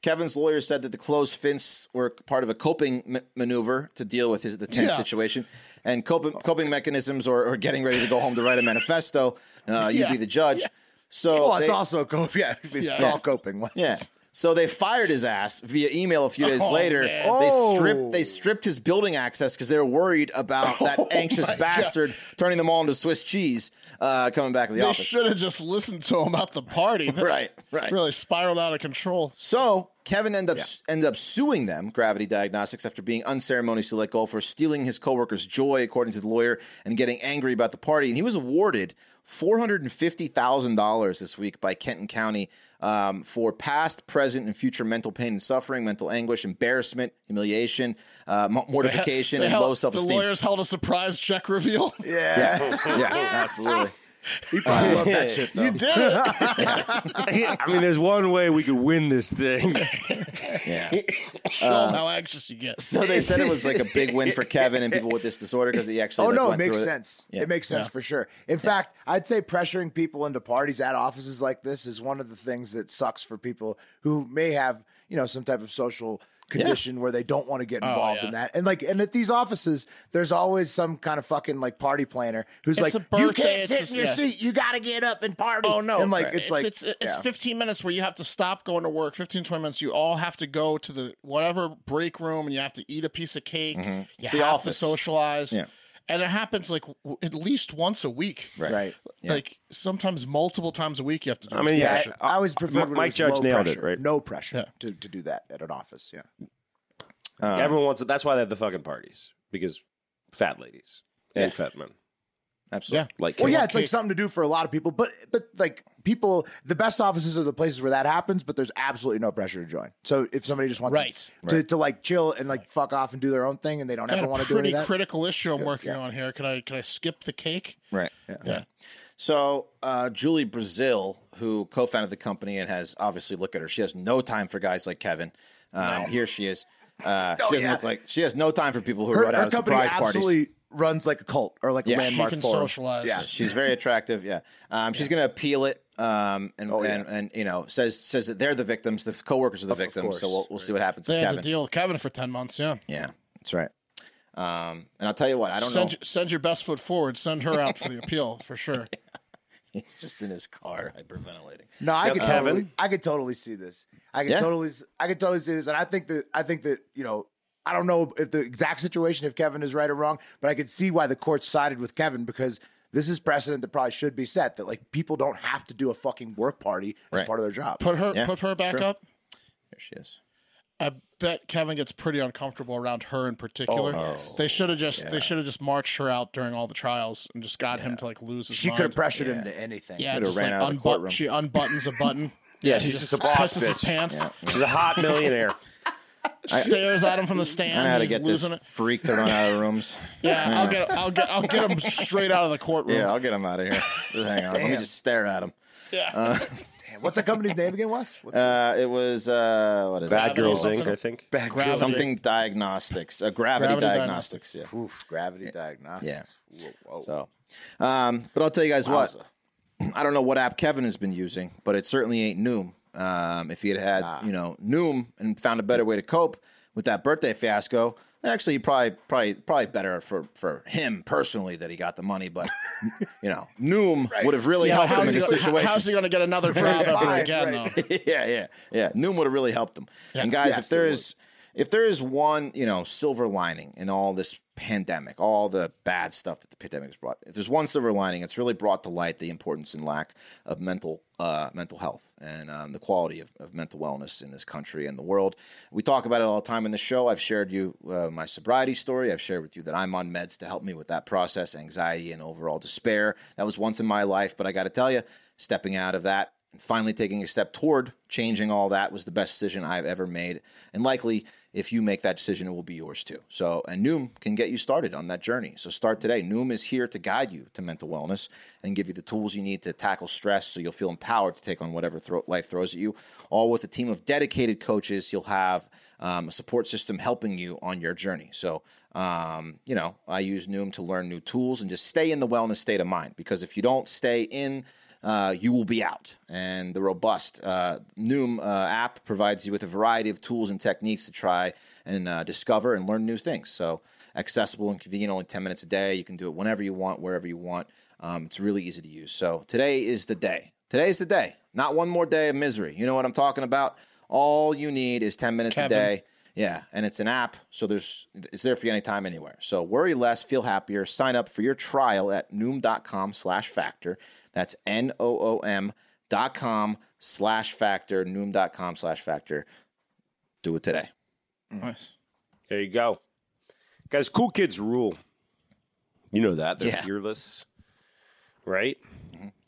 Kevin's lawyer said that the closed fists were part of a coping ma- maneuver to deal with his, the tense Yeah. situation, and coping, coping mechanisms or, or getting ready to go home to write a manifesto. Uh, you Yeah. be the judge. So Well, it's they- also coping. *laughs* Yeah, it's yeah. all coping. yeah. So they fired his ass via email a few days Oh, later. man. They Oh. stripped they stripped his building access because they were worried *laughs* Oh about that anxious bastard turning them all into Swiss cheese uh, coming back to the They office. should have just listened to him at the party. That Right, right. Really spiraled out of control. So Kevin ended up ended up suing them, Gravity Diagnostics, after being unceremoniously let go for stealing his coworker's joy, according to the lawyer, and getting angry about the party. And he was awarded four hundred and fifty thousand dollars this week by Kenton County um, for past, present, and future mental pain and suffering, mental anguish, embarrassment, humiliation, uh, mo- mortification, They and held- low self The esteem. lawyers held a surprise check reveal. *laughs* Yeah, absolutely. *laughs* He probably loved that shit, though. You did it. *laughs* I mean, there's one way we could win this thing. Yeah. Show 'em how anxious you get. *laughs* So they said it was like a big win for Kevin and people with this disorder because he actually. Oh like, no, it went makes through sense. Yeah. It makes sense for sure. In fact, I'd say pressuring people into parties at offices like this is one of the things that sucks for people who may have, you know, some type of social condition where they don't want to get involved Oh, yeah. in that. And like, and at these offices, there's always some kind of fucking like party planner who's like, It's a you birthday, can't it's sit just- in your yeah. seat. You got to get up and party. Oh no! And like, Brett. it's, like, it's it's yeah. 15 minutes where you have to stop going to work. 15 20 minutes. You all have to go to the whatever break room and you have to eat a piece of cake. You It's have the to office. socialize. Yeah. And it happens like w- at least once a week. Right. Right. Yeah. Like sometimes multiple times a week you have to do. I this. mean, Yeah, yeah. I, I always preferred when it Mike was Judge low nailed it, pressure, right? No pressure Yeah. to, to do that at an office. Yeah. Everyone wants it. That's why they have the fucking parties because fat ladies and Yeah. fat men Absolutely. like. Well, cake. yeah, it's like cake. something to do for a lot of people, but but like people, the best offices are the places where that happens, but there's absolutely no pressure to join. So if somebody just wants Right. to, to, to, like chill and like fuck off and do their own thing, and they don't I ever got want a to do any pretty of that, critical issue I'm working on here. Can I can I skip the cake? Right. Yeah. So uh, Julie Brazil, who co-founded the company and has obviously look at her, she has no time for guys like Kevin. Um, Here she is. Uh, she doesn't yeah. look like she has no time for people who her, run her out of company surprise absolutely parties. runs like a cult or like Yeah. a She landmark you can forum. socialize. Yeah. She's very attractive. Yeah, um, she's going to appeal it, um, and, and and you know says says that they're the victims, the coworkers are the victims. course. So we'll we'll see what happens They with had to Kevin. deal with Kevin for 10 months. Yeah. Yeah, that's right. Um, and I'll tell you what, I don't Send, know. your- send your best foot forward. Send her out for the appeal for sure. *laughs* He's just in his car hyperventilating. No, I Yep. could Kevin? totally, I could totally see this. I could Yeah. totally, s- I could totally see this, and I think that, I think that, you know, I don't know if the exact situation, if Kevin is right or wrong, but I could see why the court sided with Kevin because this is precedent that probably should be set that like people don't have to do a fucking work party as Right. part of their job. Put her Yeah, put her it's back true. up. There she is. I bet Kevin gets pretty uncomfortable around her in particular. Oh, They should have just they should have just marched her out during all the trials and just got him to like lose his she mind. could have pressured him to anything. yeah, Could've just ran like out of the unbut- courtroom. she unbuttons a button. *laughs* yeah, she's just a boss pisses his bitch. pants, She's a hot millionaire. stares at him from the *laughs* I stand. don't know how to he's get this losing it. freak to run out of rooms. Yeah, I'll get I'll get I'll get *laughs* him straight out of the courtroom. Yeah, I'll get him out of here. Just hang on. Let me just stare at him. Yeah. Damn, what's that company's name again, Wes? What- Uh, it was uh, what is Bad it? Girls Gravity. Inc. I think. Gravity. Something diagnostics. Uh, gravity, Gravity diagnostics. Oof, gravity diagnostics. Whoa, whoa. Yeah. So, um, but I'll tell you guys what. Wowza. I don't know what app Kevin has been using, but it certainly ain't Noom. Um, if he had had you know Noom and found a better way to cope with that birthday fiasco, actually he probably probably probably better for for him personally that he got the money, but *laughs* you know Noom would have really Yeah, helped him how's, in he this gonna, situation. how's he going to get another *laughs* job ever Right, again? right. Though? yeah, yeah, yeah. Noom would have really helped them. And guys, if Yes, there it is if there is one, you know, silver lining in all this pandemic, all the bad stuff that the pandemic has brought, if there's one silver lining, it's really brought to light the importance and lack of mental uh, mental health and um, the quality of, of mental wellness in this country and the world. We talk about it all the time in the show. I've shared you uh, my sobriety story. I've shared with you that I'm on meds to help me with that process, anxiety, and overall despair. That was once in my life, but I got to tell you, stepping out of that and finally taking a step toward changing all that was the best decision I've ever made. And likely, if you make that decision, it will be yours too. So, and Noom can get you started on that journey. So, start today. Noom is here to guide you to mental wellness and give you the tools you need to tackle stress so you'll feel empowered to take on whatever thro- life throws at you, all with a team of dedicated coaches you'll have um, a support system helping you on your journey. So, um, you know, I use Noom to learn new tools and just stay in the wellness state of mind because if you don't stay in, uh, you will be out. And the robust uh, Noom uh, app provides you with a variety of tools and techniques to try and uh, discover and learn new things. So, accessible and convenient, only 10 minutes a day. You can do it whenever you want, wherever you want. Um, it's really easy to use. So, today is the day. Today's the day. Not one more day of misery. You know what I'm talking about? All you need is 10 minutes Kevin. a day. Yeah, and it's an app, so there's it's there for you anytime, anywhere. So worry less, feel happier. Sign up for your trial at noom.com slash factor. That's N-O-O-M dot com slash factor, noom.com slash factor. Do it today. Nice. There you go. Guys, cool kids rule. You know that. They're Yeah. fearless. Right?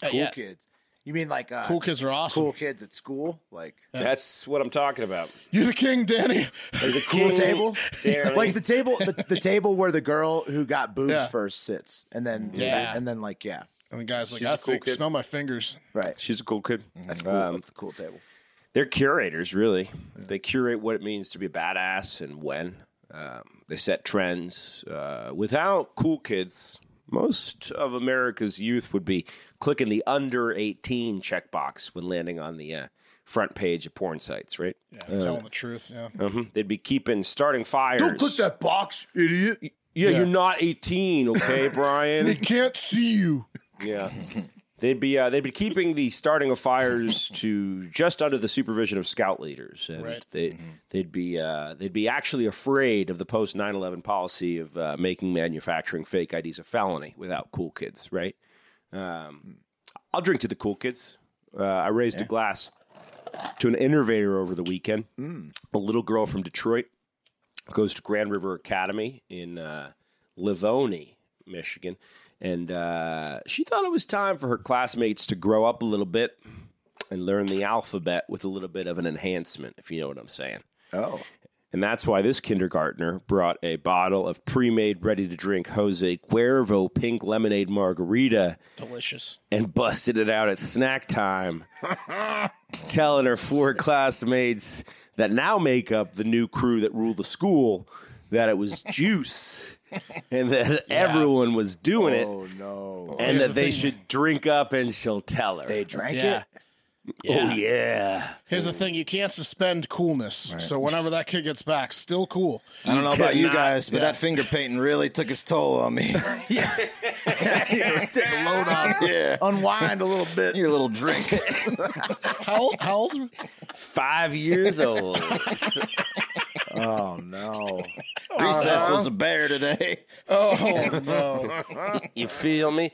cool yeah. kids. You mean like uh, Cool kids are awesome. cool kids at school? Like That's what I'm talking about. You're the king, Danny. *laughs* The cool *laughs* table, Danny. like the table, the, the table where the girl who got boobs Yeah. first sits, and then Yeah. and then like yeah, And the guy's like, She's I a cool think, kid. smell my fingers. right. She's a cool kid. That's cool. Um, That's a cool table. they're curators, really. They curate what it means to be a badass and when. Um, they set trends. Uh, without cool kids, most of America's youth would be clicking the under 18 checkbox when landing on the uh, front page of porn sites, right? Yeah, telling the truth. Yeah. hmm They'd be keeping starting fires. Don't click that box, idiot. Yeah, you're not 18, *laughs* okay, They Brian? can't see you. yeah. They'd be uh, they'd be keeping the starting of fires to just under the supervision of scout leaders, and Right. they they'd be uh, they'd be actually afraid of the post 9-11 policy of uh, making manufacturing fake IDs a felony without cool kids, right? Um, I'll drink to the cool kids. Uh, I raised a glass to an innovator over the weekend. A little girl from Detroit goes to Grand River Academy in uh, Livonia, Michigan, and uh, she thought it was time for her classmates to grow up a little bit and learn the alphabet with a little bit of an enhancement, if you know what I'm saying. Oh, And that's why this kindergartner brought a bottle of pre-made, ready-to-drink Jose Cuervo pink lemonade margarita Delicious. and busted it out at snack time, telling her four classmates that now make up the new crew that rule the school that it was juice and that everyone was doing oh no. it and Here's that the they thing. should drink up and she'll tell her. They drank Yeah. Oh, yeah. Here's the thing: you can't suspend coolness. So whenever that kid gets back, still cool. I don't know about you cannot- guys, but that finger painting really took its toll on me. it. Take a load off. yeah. Unwind a little bit. Your little drink. How old? How old? Five years old. Oh no. Recess was a bear today. *laughs* Oh no! you feel me?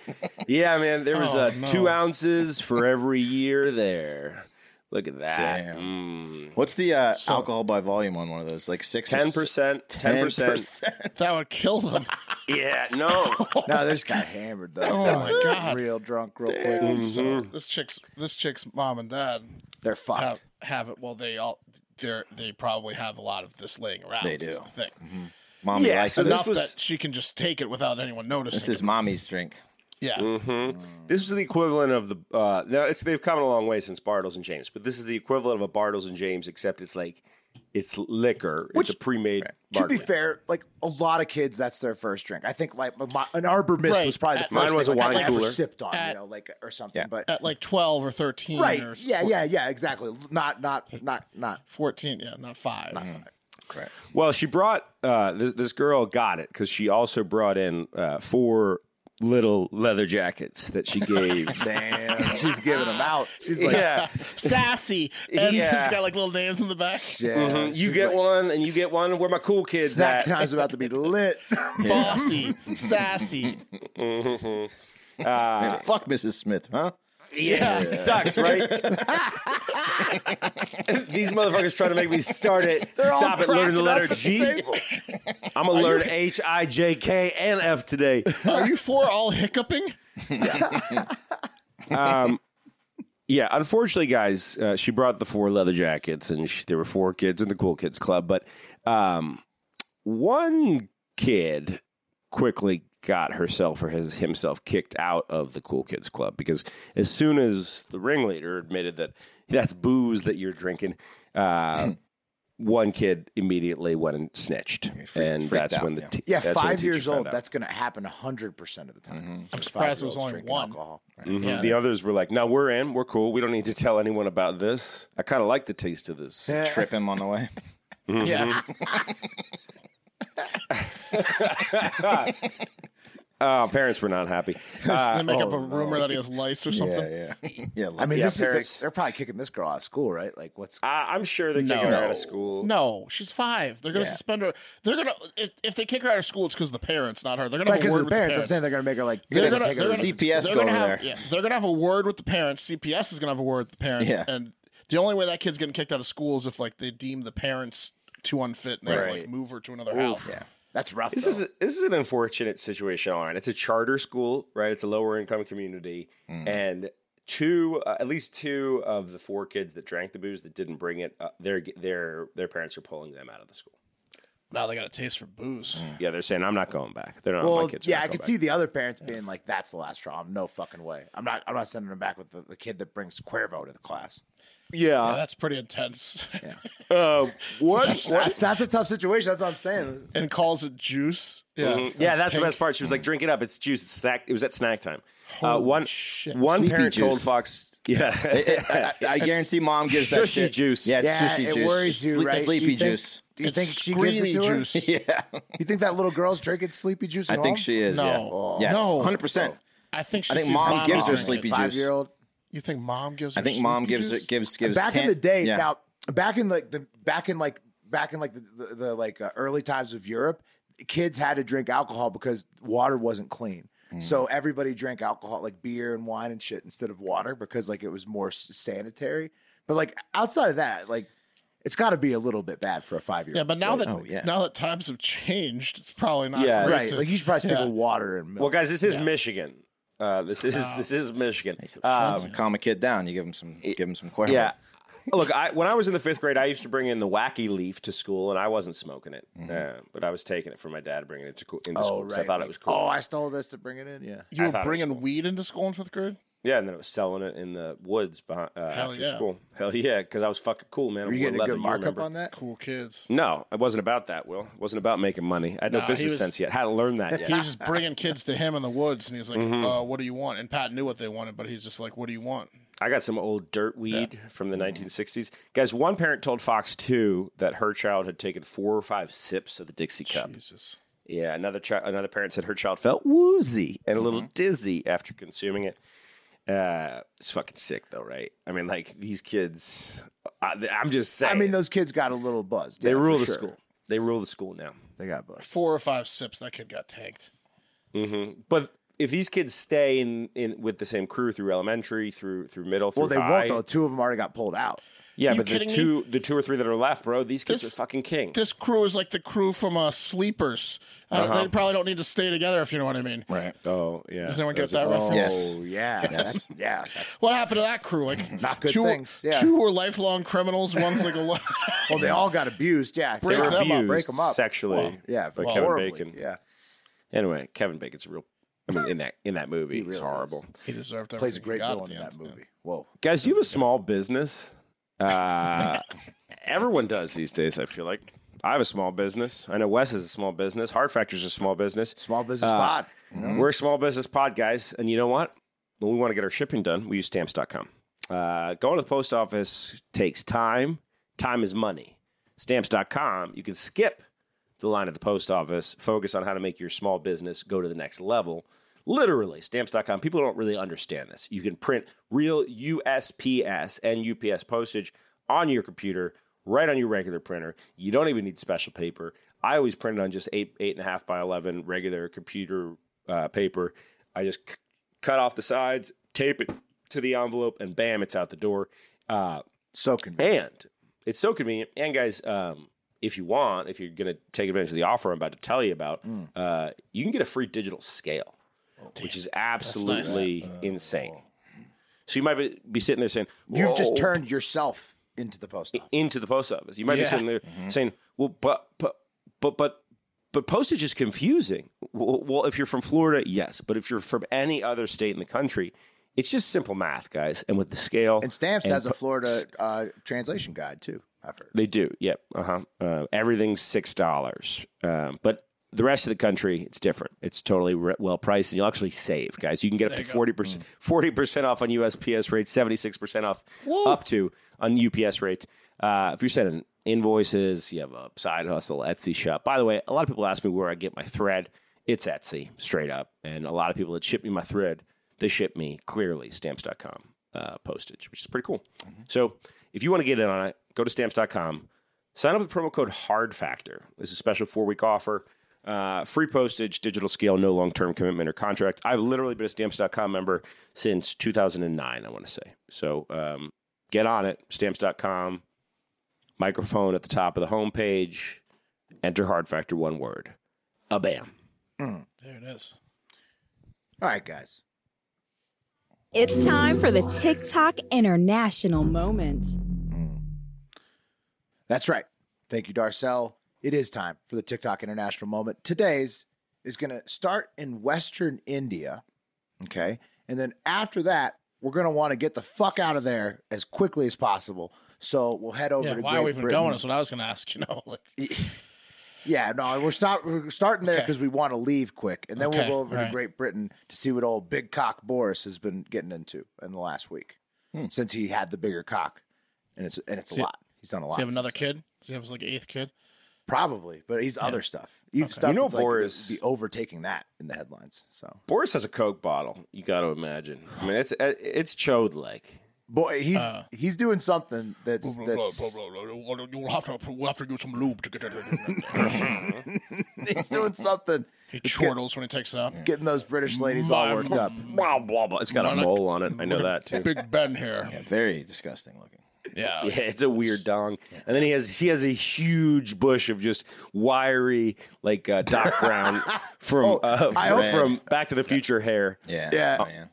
Yeah, man. There was Oh, uh, no. two ounces for every year there. Look at that. Damn. Mm. *laughs* What's the uh, alcohol by volume on one of those? Like six, or Ten s- percent, ten 10%. percent. That would kill them. Yeah, no. No, this got hammered though. Oh, my God. Real drunk, real quick. So this chick's this chick's mom and dad They're have, fucked. have it. Well, they all they they probably have a lot of this laying around. They do. is the thing. Mommy Yeah, likes so this. Enough was- that she can just take it without anyone noticing. This is mommy's drink. yeah. This is the equivalent of the. Uh, now it's they've come a long way since Bartles and James, but this is the equivalent of a Bartles and James, except it's like it's liquor. Which- it's a pre-made. To be margarita. fair, like a lot of kids, that's their first drink. I think like my, an Arbor Mist Right. was probably the At- first Mine thing, was a like, I wine ever cooler. sipped on, At- you know, like or something. But At like twelve or thirteen, right, Or s- yeah, yeah, yeah, exactly. Not, not, not, not. fourteen. Yeah, not five. Well, she brought uh, this. This girl got it because she also brought in uh, four little leather jackets that she gave. Damn, *laughs* she's giving them out. She's like, *laughs* yeah, Sassy, and Yeah. it's got like little names in the back. yeah. Mm-hmm. Mhm. you She's get like, one, and you get one. Where my cool kids Snack at? time's about to be *laughs* lit. Bossy, sassy. Man, fuck Mrs. Smith, huh? Yeah, she sucks, right? *laughs* These motherfuckers trying to make me start *laughs* it. Stop it. Learn the letter G. *laughs* I'm gonna learn H I J K and F today. Are you for all hiccuping? Yeah, unfortunately, guys, uh, she brought the four leather jackets, and she, there were four kids in the cool kids club. But um, one kid quickly got herself or his himself kicked out of the cool kids club because as soon as the ringleader admitted that that's booze that you're drinking, uh, one kid immediately went and snitched, freaked- and freaked that's out, when the yeah. te- Yeah, that's when the five teacher years found old. out. Mm-hmm. That's going to happen hundred percent of the time. I'm surprised it was only Drinking one. alcohol. Mm-hmm. Mhm. The others were like, "No, we're in. We're cool. We don't need to tell anyone about this. I kind of like the taste of this." Trip him on the way. Yeah. Mm-hmm. Oh, parents were not happy. Uh, they make up a rumor that he has lice or something. Uh, oh. Yeah, *laughs* yeah. yeah I mean, Yeah, this parents- is they're probably kicking this girl out of school, right? Like, what's I, I'm sure they're kicking her out of school. No, she's five. They're gonna Yeah. suspend her. They're gonna if, if they kick her out of school, it's because the parents, not her. They're gonna right? Because have a word the with parents, the I'm saying they're going to make her like. They're Get gonna, a they're gonna- CPS they're go gonna over have, there. Yeah, they're gonna have a word with the parents. CPS is gonna have a word with the parents, Yeah. and the only way that kid's getting kicked out of school is if like they deem the parents too unfit and they have to like Right. move her to another house. Yeah. That's rough. This is this is an unfortunate situation. All right, it's a charter school, right? It's a lower income community, and two, uh, at least two of the four kids that drank the booze that didn't bring it, uh, their their their parents are pulling them out of the school. Now they got a taste for booze. Mm. Yeah, they're saying I'm not going back. They're not. well, my kids are yeah, not I going could back." see the other parents being like, "That's the last straw. No fucking way. I'm not. I'm not sending them back with the, the kid that brings Cuervo to the class. Yeah, Yeah. that's pretty intense. Uh, what? what? That's that's a tough situation. That's what I'm saying. *laughs* and calls it juice. Yeah, Yeah, that's the pink. best part. She was like, "Drink it up. It's juice. It's snack." It was at snack time. Uh, one shit. one Sleepy parent told juice. Fox *laughs* Yeah. I, I- I guarantee mom gives that Sushi shit. juice. Yeah, it's Yeah, sushi it juice. worries you, Sleep- right? Sleepy You think- *laughs* juice. Do you think It's she gives it screamy to her? juice. Yeah, You think that little girl's drinking sleepy juice? I at think home? she is. No. yeah. Oh. Yes, No. hundred percent. I think she I think sees mom gives her doing it. sleepy juice. Five year old. You think mom gives her? I think mom sleepy gives juice? it gives gives. back in tan- the day yeah. now back in like the back in like back in like the, the, the like uh, early times of europe kids had to drink alcohol because water wasn't clean Mm. so everybody drank alcohol like beer and wine and shit instead of water because like it was more s- sanitary but like outside of that like it's got to be a little bit bad for a five year old Yeah, but now that Oh, yeah. now that times have changed, it's probably not. Yeah, great right to- like you should probably stick yeah. with water and milk Well, guys, this is Michigan. Uh, this is this is Michigan. Um, calm a kid down. You give him some give him some quail. *laughs* yeah. Look, I, when I was in the fifth grade, I used to bring in the wacky leaf to school, and I wasn't smoking it, Mm-hmm. Uh, but I was taking it from my dad, bringing it to co- into school. 'cause I thought like, it was cool. Oh, I stole this to bring it in. Yeah, you I were thought it was bringing cool. weed into school in fifth grade. yeah, and then I was selling it in the woods behind, uh, after yeah. school. Hell yeah, because I was fucking cool, man. were you I wore getting a leather, good markup remember. on that? Cool kids. No, it wasn't about that. Will it wasn't about making money. I had no, Nah, he business was- sense yet. Hadn't *laughs* learned that He yet. was just bringing kids to him in the woods, and he was like, Mm-hmm. uh, "What do you want?" And Pat knew what they wanted, but he's just like, "What do you want?" I got some old dirt weed from Mm-hmm. the 1960s. Guys, one parent told Fox 2 that her child had taken four or five sips of the Dixie cup. Jesus. Yeah, another chi- another parent said her child felt woozy and a little Mm-hmm. dizzy after consuming it. Uh, it's fucking sick though, right? I mean, like these kids. I, I'm just I saying. mean, those kids got a little buzzed. they yeah, for rule the sure. school. They rule the school now. They got buzzed. Four or five sips, that kid got tanked. But if these kids stay in, in with the same crew through elementary, through through middle, through Well, they high, won't though. Two of them already got pulled out. Yeah, You but the kidding me? two the two or three that are left, bro, these kids This- are fucking king. This crew is like the crew from uh, Sleepers. I don't- They probably don't need to stay together if you know what I mean. Uh-huh. right. oh yeah. Does anyone Those get that are- reference? Yes. Oh yeah, that's yeah. That's What happened to that crew? Like *laughs* Not good two, things, yeah. Two were lifelong criminals. One's like a. Lo- *laughs* well, they all got abused. Yeah, Break They were them up, abused, abused break them up. sexually. yeah, by well, Kevin horribly. Bacon. Yeah, Anyway, Kevin Bacon's a real. I mean, in that in that movie, it's really horrible. he deserved everything. plays a he great got at villain the in end, that yeah. movie. Whoa, Guys, do you have a small business? Uh, *laughs* everyone does these days. I feel like I have a small business. I know Wes is a small business. Hard Factor's a small business. small business Uh, pod. We're a small business pod, guys. And you know what? When we want to get our shipping done, we use stamps.com. Uh, going to the post office takes time. Time is money. Stamps.com, you can skip the line at the post office, focus on how to make your small business go to the next level. Literally, stamps.com, people don't really understand this. You can print real USPS and UPS postage on your computer, right on your regular printer. You don't even need special paper. I always print it on just eight, eight and a half by 11 regular computer uh, paper. I just c- cut off the sides, tape it to the envelope, and bam, it's out the door. Uh, So convenient. and it's so convenient. And guys, um, if you want, if you're going to take advantage of the offer I'm about to tell you about, Hmm. uh, you can get a free digital scale, Oh, which is absolutely insane. So you might be, be sitting there saying, You've just "Whoa." turned yourself into the post office. into the post office. You might be Yeah. sitting there Mm-hmm. saying, "Well, but but but but but postage is confusing." Well, well, if you're from Florida, yes, but if you're from any other state in the country, it's just simple math, guys. And with the scale And Stamps has a po- Florida uh, translation guide too. I've heard. they do. Yep. Uh-huh. Uh, everything's six dollars, um, but the rest of the country, it's different. It's totally re- well priced, and you'll actually save, guys. You Mm. can get up to forty percent, forty percent off on USPS rates, seventy six percent off, up to on UPS rates. Uh, if you're sending invoices, you have a side hustle Etsy shop. By the way, a lot of people ask me where I get my thread. It's Etsy, straight up. And a lot of people that ship me my thread, they ship me clearly stamps.com uh, postage, which is pretty cool. So if you want to get in on it, go to stamps.com. Sign up with promo code Hard Factor. This is a special four week offer. Uh, free postage, digital scale, no long term commitment or contract. I've literally been a stamps.com member since 2009, I want to say. So um, get on it, stamps.com, microphone at the top of the homepage, enter Hard Factor, one word. A bam. There it is. All right, guys. It's time for the TikTok International Moment. That's right. Thank you, Darcel. It is time for the TikTok International Moment. Today's is going to start in Western India. Okay. And then after that, we're going to want to get the fuck out of there as quickly as possible. So we'll head over Yeah, to why Great are we even Britain. going? That's what I was going to ask. You know, *laughs* like Yeah, no, we're, start, we're starting there Okay. because we want to leave quick. And then we'll Okay, go over to alright. Great Britain to see what old Big Cock Boris has been getting into in the last week. Hmm. since he had the bigger cock, and it's and it's a lot. He's done a lot. Does he have since another then. kid? Does he have his like eighth kid? Probably, but he's other stuff. You stuff You know that's like, Boris- be overtaking that in the headlines. So Boris has a Coke bottle. You got to imagine. I mean, it's it's chode like. boy, he's Uh. he's doing something that's Blah, blah, that's blah, blah, blah. You'll- You'll have to, we'll have to do some lube to get it in. *laughs* he's doing something *laughs* He chortles when he takes it out. getting those British ladies all worked up. Blah blah blah. It's got a mole on it. I know that too. Big Ben here. Yeah, very disgusting looking. Yeah. *laughs* Yeah, it's a weird dong. And then he has he has a huge bush of just wiry like uh, Doc Brown from uh, I hope- from Back to the Future hair. Yeah, Yeah. oh, yeah.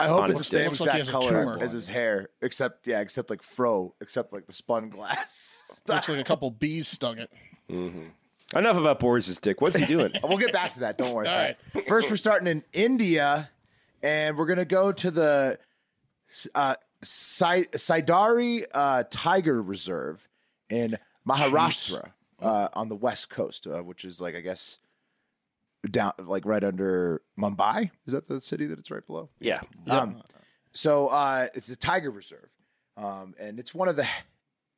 I hope Honest it's the same Looks like exact he has a color tumor. as his hair, except yeah, except like fro, except like the spun glass. *laughs* Looks like a couple bees stung it. Enough about Boris's dick. What's he doing? *laughs* we'll get back to that. Don't worry. All Pat. First, we're starting in India, and we're gonna go to the uh, Sai- Saidari uh, Tiger Reserve in Maharashtra uh, on the west coast, uh, which is like I guess down like right under Mumbai. Is that the city that it's right below? yeah. Um, so uh, it's a tiger reserve, um, and it's one of the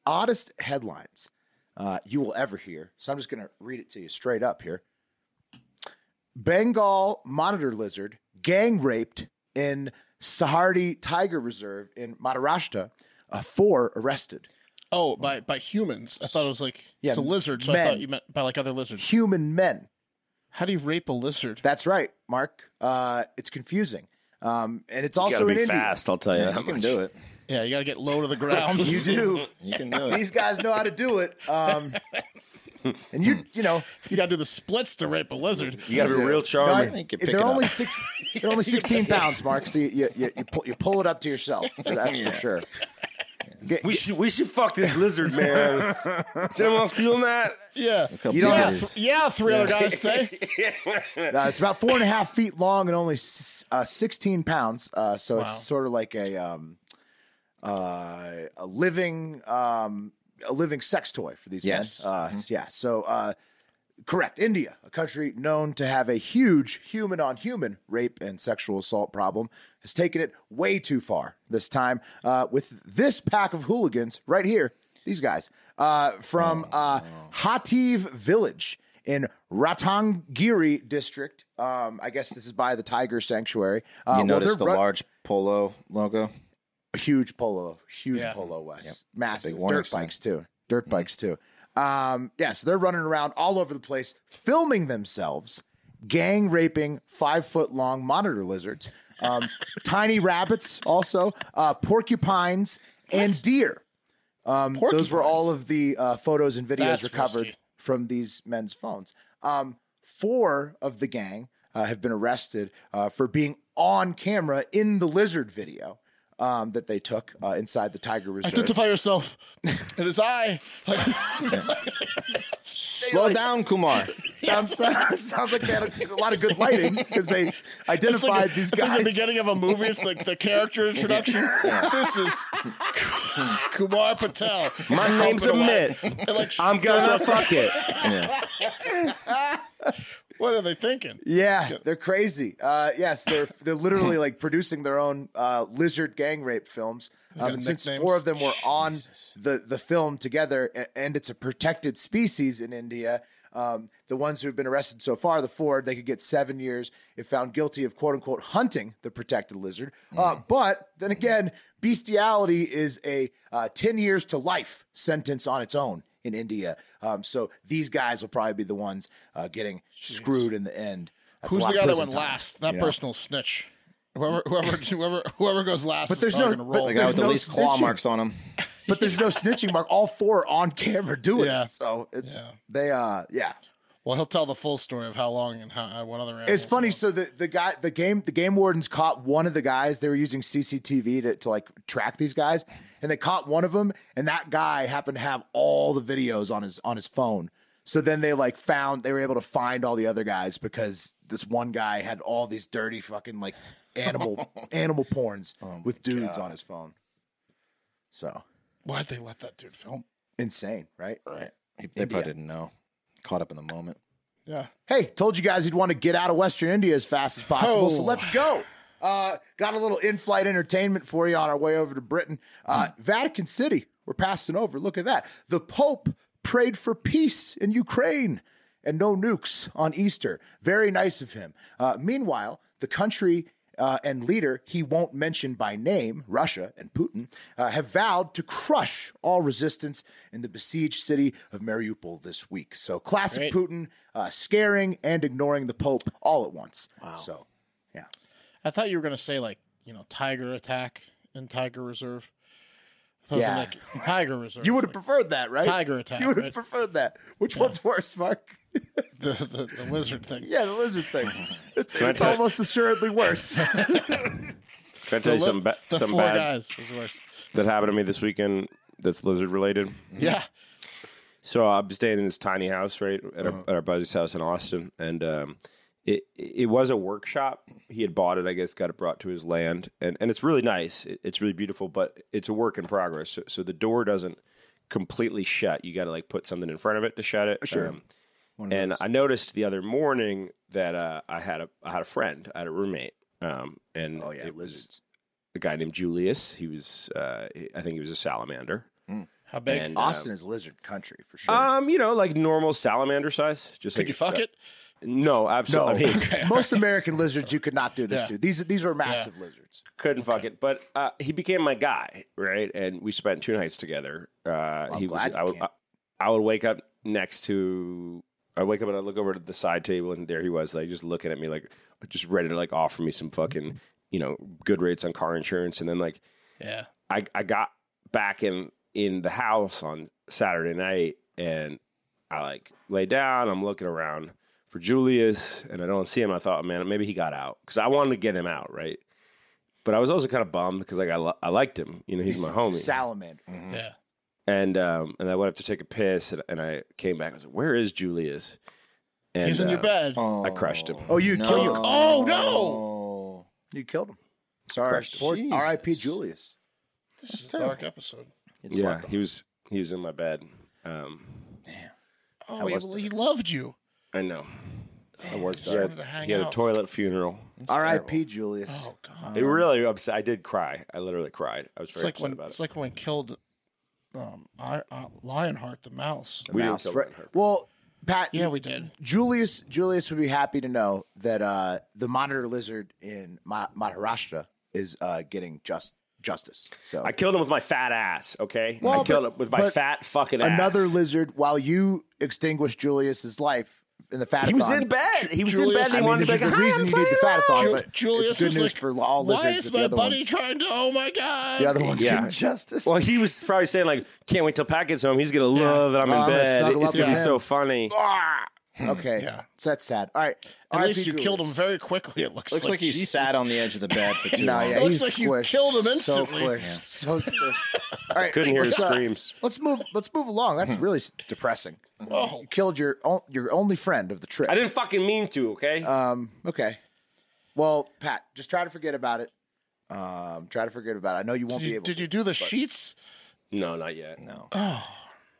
oddest headlines uh, you will ever hear. So I'm just going to read it to you straight up here. Bengal monitor lizard gang raped in Sahardi Tiger Reserve in Maharashtra. Uh, four arrested. Oh, by by humans. I thought it was like Yeah, it's a lizard, so men. I thought you meant by like other lizards. Human men. How do you rape a lizard? That's right, Mark. Uh, it's confusing, um, and it's You also gotta in be India. fast, I'll tell you. You can do it. Yeah, you gotta get low to the ground. *laughs* You *laughs* do. *laughs* You can do it. These guys know how to do it. Um, and you, you know, You gotta do the splits to rape a lizard. You gotta be real No, charming. I think you if pick they're it *laughs* only up. six. They're only sixteen pounds, Mark. So you you, you, you, pull, you pull it up to yourself. *laughs* That's for sure. Get- we should we should fuck this *laughs* lizard, man. Is anyone else feeling that? Yeah. Couple You uh, don't Yeah, have- years. th- yeah, three other guys say. *laughs* uh, it's about four and a half feet long and only s- uh, sixteen pounds. Uh, so Wow. it's sort of like a um, uh, a living um, a living sex toy for these Yes. men. Uh, Yeah. So uh, correct, India, a country known to have a huge human on human rape and sexual assault problem, has taken it way too far this time uh, with this pack of hooligans right here. These guys uh, from uh, Hativ Village in Ratangiri district. Um, I guess this is by the tiger sanctuary. Uh, You well, notice they're the ru- large polo logo? huge polo, huge Yeah. polo west, big massive warning dirt sign. bikes too, dirt bikes too. Um, yeah, so they're running around all over the place, filming themselves, gang raping five foot long monitor lizards, um, tiny rabbits, also uh, porcupines and deer. Um, those were all of the uh, photos and videos That's recovered risky. from these men's phones. Um, four of the gang uh, have been arrested uh, for being on camera in the lizard video um, that they took uh, inside the Tiger *laughs* Reserve. Identify yourself. It *laughs* is I. Slow *laughs* down, Kumar. sounds, sounds like they had a, a lot of good lighting because they *laughs* It's like, identified a- these it's like guys. the beginning of a movie. It's like *laughs* the character introduction. *laughs* This is Kumar Patel. My Just name's open Amit. away. They're like, I'm gonna fuck it. what are they thinking? yeah, they're crazy. Uh, yes, they're they're *laughs* literally like producing their own uh, lizard gang rape films. Um, got and since nicknames? four of them were on the the film together, a- and it's a protected species in India. Um, the ones who have been arrested so far, the four, they could get seven years if found guilty of quote unquote hunting the protected lizard. Uh, Hmm. but then again, bestiality is a uh, 10 years to life sentence on its own in India. Um, so these guys will probably be the ones uh, getting screwed in the end. That's a Who's lot of the guy that prison went time, last? That you know? person will snitch. Whoever, whoever, *laughs* whoever, whoever goes last. But there's is probably no- gonna roll. The guy with the no least claw snitching. marks on him. *laughs* But there's no snitching mark. All four are on camera doing Yeah. it. So it's Yeah. they uh yeah. well, he'll tell the full story of how long and how uh, what other. It's animals funny. were. So the, the guy, the game, the game wardens caught one of the guys. They were using CCTV to, to like track these guys, and they caught one of them. And that guy happened to have all the videos on his on his phone. So then they like found they were able to find all the other guys because this one guy had all these dirty fucking like *laughs* animal animal porns Oh with dudes on his phone. So Why'd they let that dude film? insane, right? Right. He, they probably didn't know. Caught up in the moment. Yeah. Hey, told you guys you'd want to get out of Western India as fast as possible. So Oh. let's go. Uh, got a little in-flight entertainment for you on our way over to Britain. Uh, Vatican City, we're passing over. Look at that. The Pope prayed for peace in Ukraine and no nukes on Easter. Very nice of him. Uh, meanwhile, the country uh, and leader he won't mention by name, Russia and Putin, uh, have vowed to crush all resistance in the besieged city of Mariupol this week. So classic Putin uh, scaring and ignoring the Pope all at once. So, yeah. I thought you were gonna say like you know Tiger Attack and Tiger Reserve. I thought Yeah. yeah. it was like *laughs* Tiger Reserve. You would have like preferred that, right? Tiger attack, You would have right? preferred that. Which one's worse, Mark? the, the, the lizard thing. Yeah, the lizard *laughs* thing. It's, I it's tell- almost assuredly *laughs* worse. Can I tell you Li- something, ba- the something four bad guys is worse. that happened to me this weekend that's lizard related? Yeah. So I'm staying in this tiny house, right, at, Uh-huh. our, at our buddy's house in Austin, and um, it it was a workshop. He had bought it, I guess, got it brought to his land, and and it's really nice. It, it's really beautiful, but it's a work in progress. So, so the door doesn't completely shut. You got to like put something in front of it to shut it. Sure. and I noticed the other morning that uh, I had a I had a friend, I had a roommate, um, and oh, yeah, it was lizards. a guy named Julius. He was, uh, I think, he was a salamander. How big? And, uh, Austin is lizard country for sure. Um, you know, like normal salamander size. Just Could like you fuck it? No, no, absolutely. *laughs* *laughs* I mean, most American lizards you could not do this Yeah. to. These are these are massive lizards. couldn't fuck it. But uh, he became my guy, right? And we spent two nights together. Uh, he glad was. I you would. I, came. I would wake up next to. I wake up and I look over to the side table, and there he was, like just looking at me, like just ready to like offer me some fucking, you know, good rates on car insurance, and then like Yeah. I, I got back in in the house on Saturday night and I like lay down. I'm looking around for Julius and I don't see him. I thought, man, maybe he got out because I wanted to get him out, right? But I was also kind of bummed because like I, li- I liked him. You know, he's, my homie. Salamander. Mm. Yeah. and um, and I went up to take a piss and, and I came back. I was like, where is Julius? And, He's in your uh, bed. I crushed him. Oh, you kill you. Oh, no. Oh, You killed him. Sorry. Crushed him. Poor Jesus. R.I.P. Julius. This is a dark episode. It yeah, slept on he was he was in my bed. Um, Oh, he, he loved you. I know. it. I was He dark. had, to hang he had a out. toilet funeral. R.I.P. Julius. Oh god. It really upset. I did cry. I literally cried. I was It's very like upset when about it's it. like when killed um I, uh, Lionheart the mouse. we didn't Mouse, kill right? Red Herb. Well, Pat. Yeah, we did. Julius Julius would be happy to know that uh, the monitor lizard in Ma- Maharashtra is uh, getting just justice. So I killed him with my fat ass. Okay, Well, I killed but- him with my but fat fucking ass. another lizard, while you extinguished Julius's life in the fat, He was in bed. He was in Julius- bed. And he I I mean, wanted this to is be like, the "Hi, reason I'm you need the playing around." fatathon, Ju- but Julius it's good was news like, for all lizards. Why is that the my other buddy ones, trying to? Oh my god! the other ones Yeah. getting justice? Well, he was probably saying like, "Can't wait till Pat gets home. He's gonna love that I'm Oh, in I'm gonna bed. snuggle It's up gonna be with so him." funny." Hmm. okay, Yeah. so that's sad. All right, At RIP least you Julius. killed him very quickly. It looks, looks like, like you Jesus. sat on the edge of the *laughs* bed for too No, long. yeah, Looks he's like you squished. killed him So instantly. squished. So squished. All right, Couldn't hear his let's, uh, screams. Let's move. Let's move along. That's Hmm. really s- depressing. Oh, You killed your o- your only friend of the trip. I didn't fucking mean to. Okay, Uh, Okay. Well, Pat, just try to forget about it. Um, try to forget about it. I know you won't did be you, able. did to. you do the sheets? no, not *sighs* yet. No. Oh.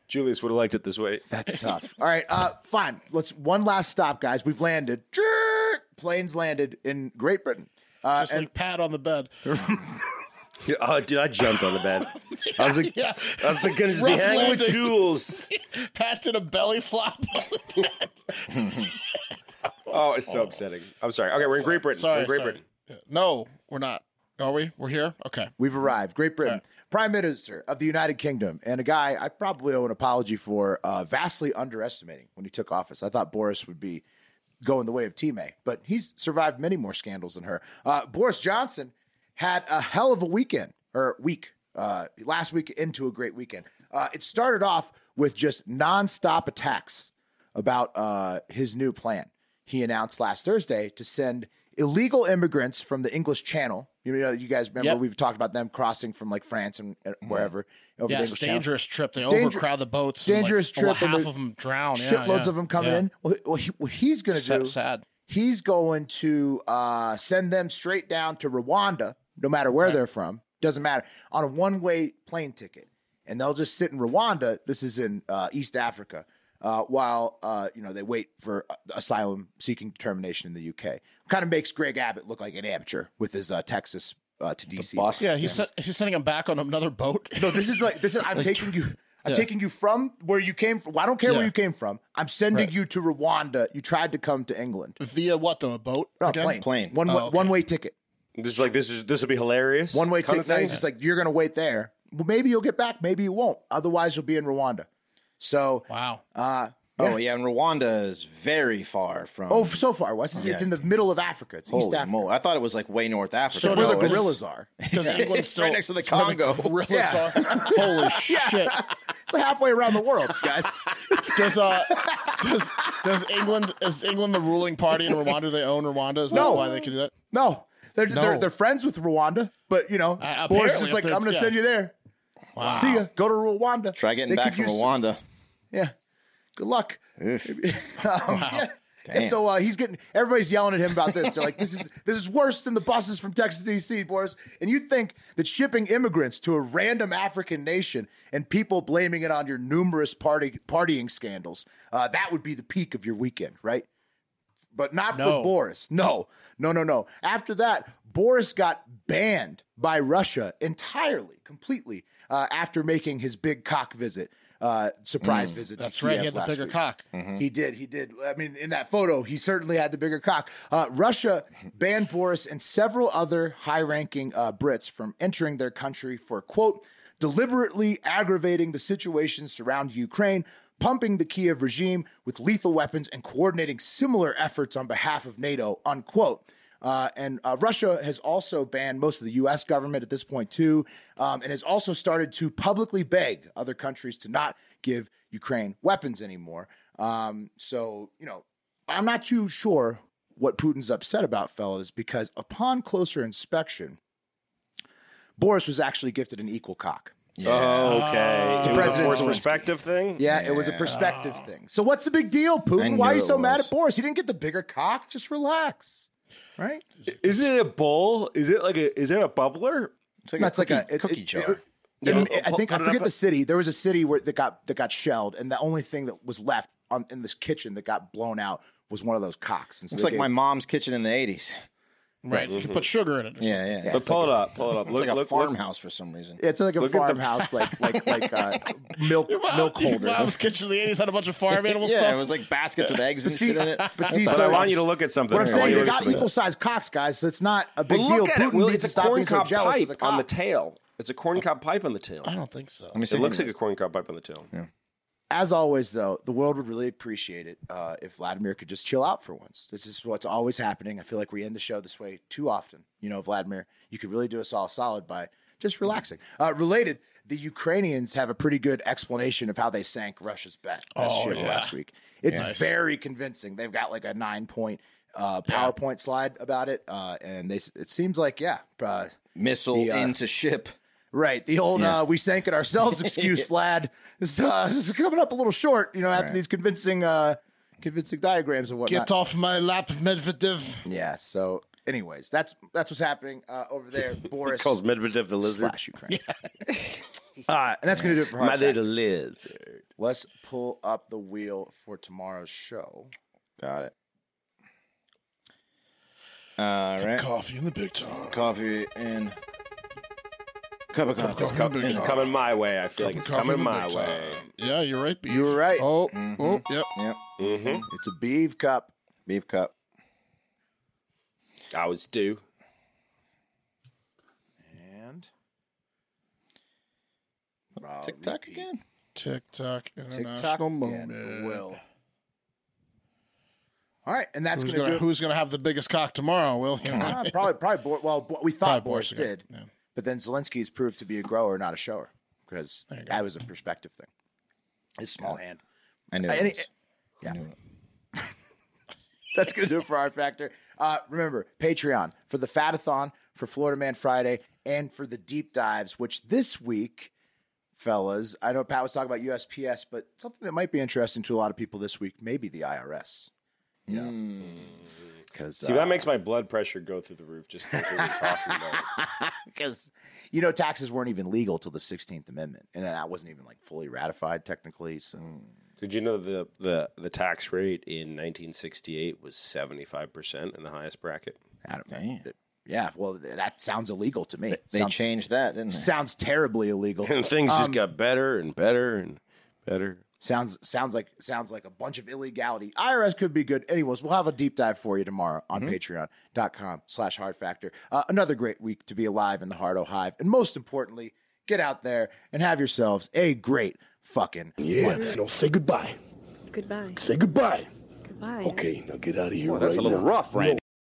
Julius would have liked it this way. *laughs* That's tough. All right. Uh, fine. Let's one last stop, guys. We've landed. Jerk! Planes landed in Great Britain. Uh, Just and like pat on the bed. *laughs* oh, dude, I jumped on *laughs* the bed. I was like, Yeah. I was like, gonna just be Rough hanging with landing. Jules. Pat did a belly flop. *laughs* Oh, it's so upsetting. I'm sorry. Okay, we're in Great Britain. we're sorry, in Great sorry. Britain. no, we're not. Are we? We're here. Okay. we've arrived. Great Britain, Prime Minister of the United Kingdom, and a guy I probably owe an apology for uh, vastly underestimating when he took office. I thought Boris would be going the way of Time, but he's survived many more scandals than her. Uh, Boris Johnson had a hell of a weekend or week uh, last week into a great weekend. Uh, it started off with just nonstop attacks about uh, his new plan. He announced last Thursday to send illegal immigrants from the English Channel. You know, you guys remember Yep. Mm-hmm. we've talked about them crossing from like France and uh, wherever over Yeah, the it's English Channel. dangerous trip. They Danger- overcrowd the boats. dangerous and like, trip, and Half there- of them drown. Yeah, Shitloads yeah. of them coming Yeah. in. Well, he- well, he, what he's going to Sa- do sad. he's going to uh, send them straight down to Rwanda, no matter where they're from, doesn't matter, on a one way plane ticket. And they'll just sit in Rwanda. This is in uh, East Africa. uh, while uh, you know they wait for uh, asylum seeking determination in the UK. Kind of makes Greg Abbott look like an amateur with his uh, Texas uh, to DC. Bus. Yeah, he's se- he's sending him back on another boat. *laughs* No, this is like this is I'm taking you. I'm Yeah. taking you from where you came from. Well, I don't care Yeah. where you came from. I'm sending Right. you to Rwanda. You tried to come to England. Via what though? A boat? No, Again? Oh, plane. Plane. One okay. one way ticket. This is like this is this will be hilarious. One way kind ticket. of Now thing. he's just like you're going to wait there. Well, maybe you'll get back. Maybe you won't. Otherwise, you'll be in Rwanda. So, Wow. uh, Oh yeah, and Rwanda is very far from. oh, so far, Wes, it's, it's in the middle of Africa. It's East holy Africa. moly! I thought it was like way north Africa. So Where No, the does- it's- gorillas are. *laughs* Does England It's right still- next to the it's where Congo. gorillas Yeah. are? Holy *laughs* shit! It's halfway around the world, guys. Does uh, does does England is England the ruling party in Rwanda? Do They own Rwanda. Is that No. why they can do that? No, they're, they're No. they're friends with Rwanda, but you know, Uh, Boris apparently, just if like I'm they're- going to yeah. send you there. Wow. See ya. Go to Rwanda. Try getting They back could from use- Rwanda. Yeah. Good luck. *laughs* Oof. Um, yeah. And so uh, he's getting everybody's yelling at him about this. They're like, "This is this is worse than the buses from Texas to DC, Boris." And you think that shipping immigrants to a random African nation and people blaming it on your numerous party partying scandals uh, that would be the peak of your weekend, right? But not for No. Boris. No, no, no, no. After that, Boris got banned by Russia entirely, completely uh, after making his big cock visit. Uh, surprise visit. to That's right. Kiev He had the last bigger week. cock. He did. He did. I mean, in that photo, he certainly had the bigger cock. Uh, Russia banned Boris and several other high ranking uh, Brits from entering their country for, quote, deliberately aggravating the situation surrounding Ukraine, pumping the Kiev regime with lethal weapons, and coordinating similar efforts on behalf of NATO, unquote. Uh, and uh, Russia has also banned most of the U.S. government at this point too, um, and has also started to publicly beg other countries to not give Ukraine weapons anymore. Um, so you know, I'm not too sure what Putin's upset about, fellas, because upon closer inspection, Boris was actually gifted an equal cock. Oh, okay. It was a President forced Zelensky. perspective thing. Yeah, it was a perspective thing. So what's the big deal, Putin? I Why are knew you it so mad was. at Boris? He didn't get the bigger cock. Just relax, right? Is it a bowl? Is it like a? Is it a bubbler? It's like That's a like cookie, a- it- cookie it- jar. it- And Yeah. I think I Put it forget up- the city. There was a city where that got that got shelled, and the only thing that was left on, in this kitchen that got blown out was one of those cocks. And so Looks they like gave- my mom's kitchen in the '80s. Right. You can put sugar in it. *laughs* or Mm-hmm. Yeah, yeah. But It's like, pull it up. Pull it up. it's Look, like a look, look. farmhouse for some reason. It's like a Look at the- farmhouse, *laughs* like like like uh, milk Wow, milk your holder. Mom's kitchen in the 80s had a bunch of *laughs* farm animal yeah, stuff. it was like baskets with eggs and But see, shit in it. but see, But so I want you to look at something. What I'm I want saying, you they to look got at something. equal sized cocks, guys. So it's not a big Well, deal. look at Putin it. Will. needs It's to a stop corn being so cob jealous pipe of the on the cocks. tail. It's a corn cob pipe on the tail. I don't think so. Let me see. It looks like a corn cob pipe on the tail. As always, though, the world would really appreciate it uh, if Vladimir could just chill out for once. This is what's always happening. I feel like we end the show this way too often. You know, Vladimir, you could really do us all a solid by just relaxing. Uh, related, the Ukrainians have a pretty good explanation of how they sank Russia's best, best Oh, ship yeah. last week. It's very convincing. They've got like a nine point uh, PowerPoint slide about it, uh, and they s- it seems like yeah. Uh, missile The, uh, into ship. Right. The old uh, we sank it *laughs* ourselves excuse, Vlad, is, uh, is coming up a little short, you know, after these convincing uh, convincing diagrams and whatnot. Get off my lap, Medvedev. yeah, so anyways, that's that's what's happening uh, over *laughs* there. Boris Calls Medvedev the lizard. slash Ukraine. uh, and that's gonna do it for Hard My Fact. little lizard. Let's pull up the wheel for tomorrow's show. Got it. All right. Coffee in the big time. Coffee and cup of coffee. Coffee in the big It's Oh, time. coming my way. I feel like it's Coffee in the coming my big way. time. Yeah, you're right. Beef. You were right. Oh, oh, yep. Yep. It's a beef cup. Beef cup. I was due. And Tick tock again. TikTok International TikTok Moment. and Will. All right, and that's Who's gonna, gonna, do it. who's gonna have the biggest cock tomorrow? Will you know? Ah, probably, probably. Bor- well, Bo- we thought Probably Boris Boris again, did, yeah. but then Zelensky's proved to be a grower, not a shower, because that was a perspective thing. His small hand. I knew. Uh, it any- was. I knew it. *laughs* That's gonna do it for our factor. Uh, remember Patreon for the Fatathon, for Florida Man Friday, and for the deep dives. Which this week, fellas, I know Pat was talking about USPS, but something that might be interesting to a lot of people this week, maybe the IRS. Yeah. Hmm. Because uh, See, that makes my blood pressure go through the roof just thinking we're talking about it. because you know taxes weren't even legal till the 16th amendment and that wasn't even like fully ratified technically so Did you know the the, the tax rate in 1968 was 75 percent in the highest bracket? *laughs* I don't- Yeah, well, th- that sounds illegal to me. They sounds, changed that, didn't they? Sounds terribly *laughs* illegal. And things just got better and better and better. sounds sounds like sounds like a bunch of illegality. IRS could be good. Anyways, we'll have a deep dive for you tomorrow on Mm-hmm. patreon.com slash hard factor. Uh, another great week to be alive in the Hardo Hive. And most importantly, get out there and have yourselves a great fucking Yeah, no, say goodbye. Goodbye. Say goodbye. Goodbye. Okay, now get out of here that's right a little now. rough, No, Randy.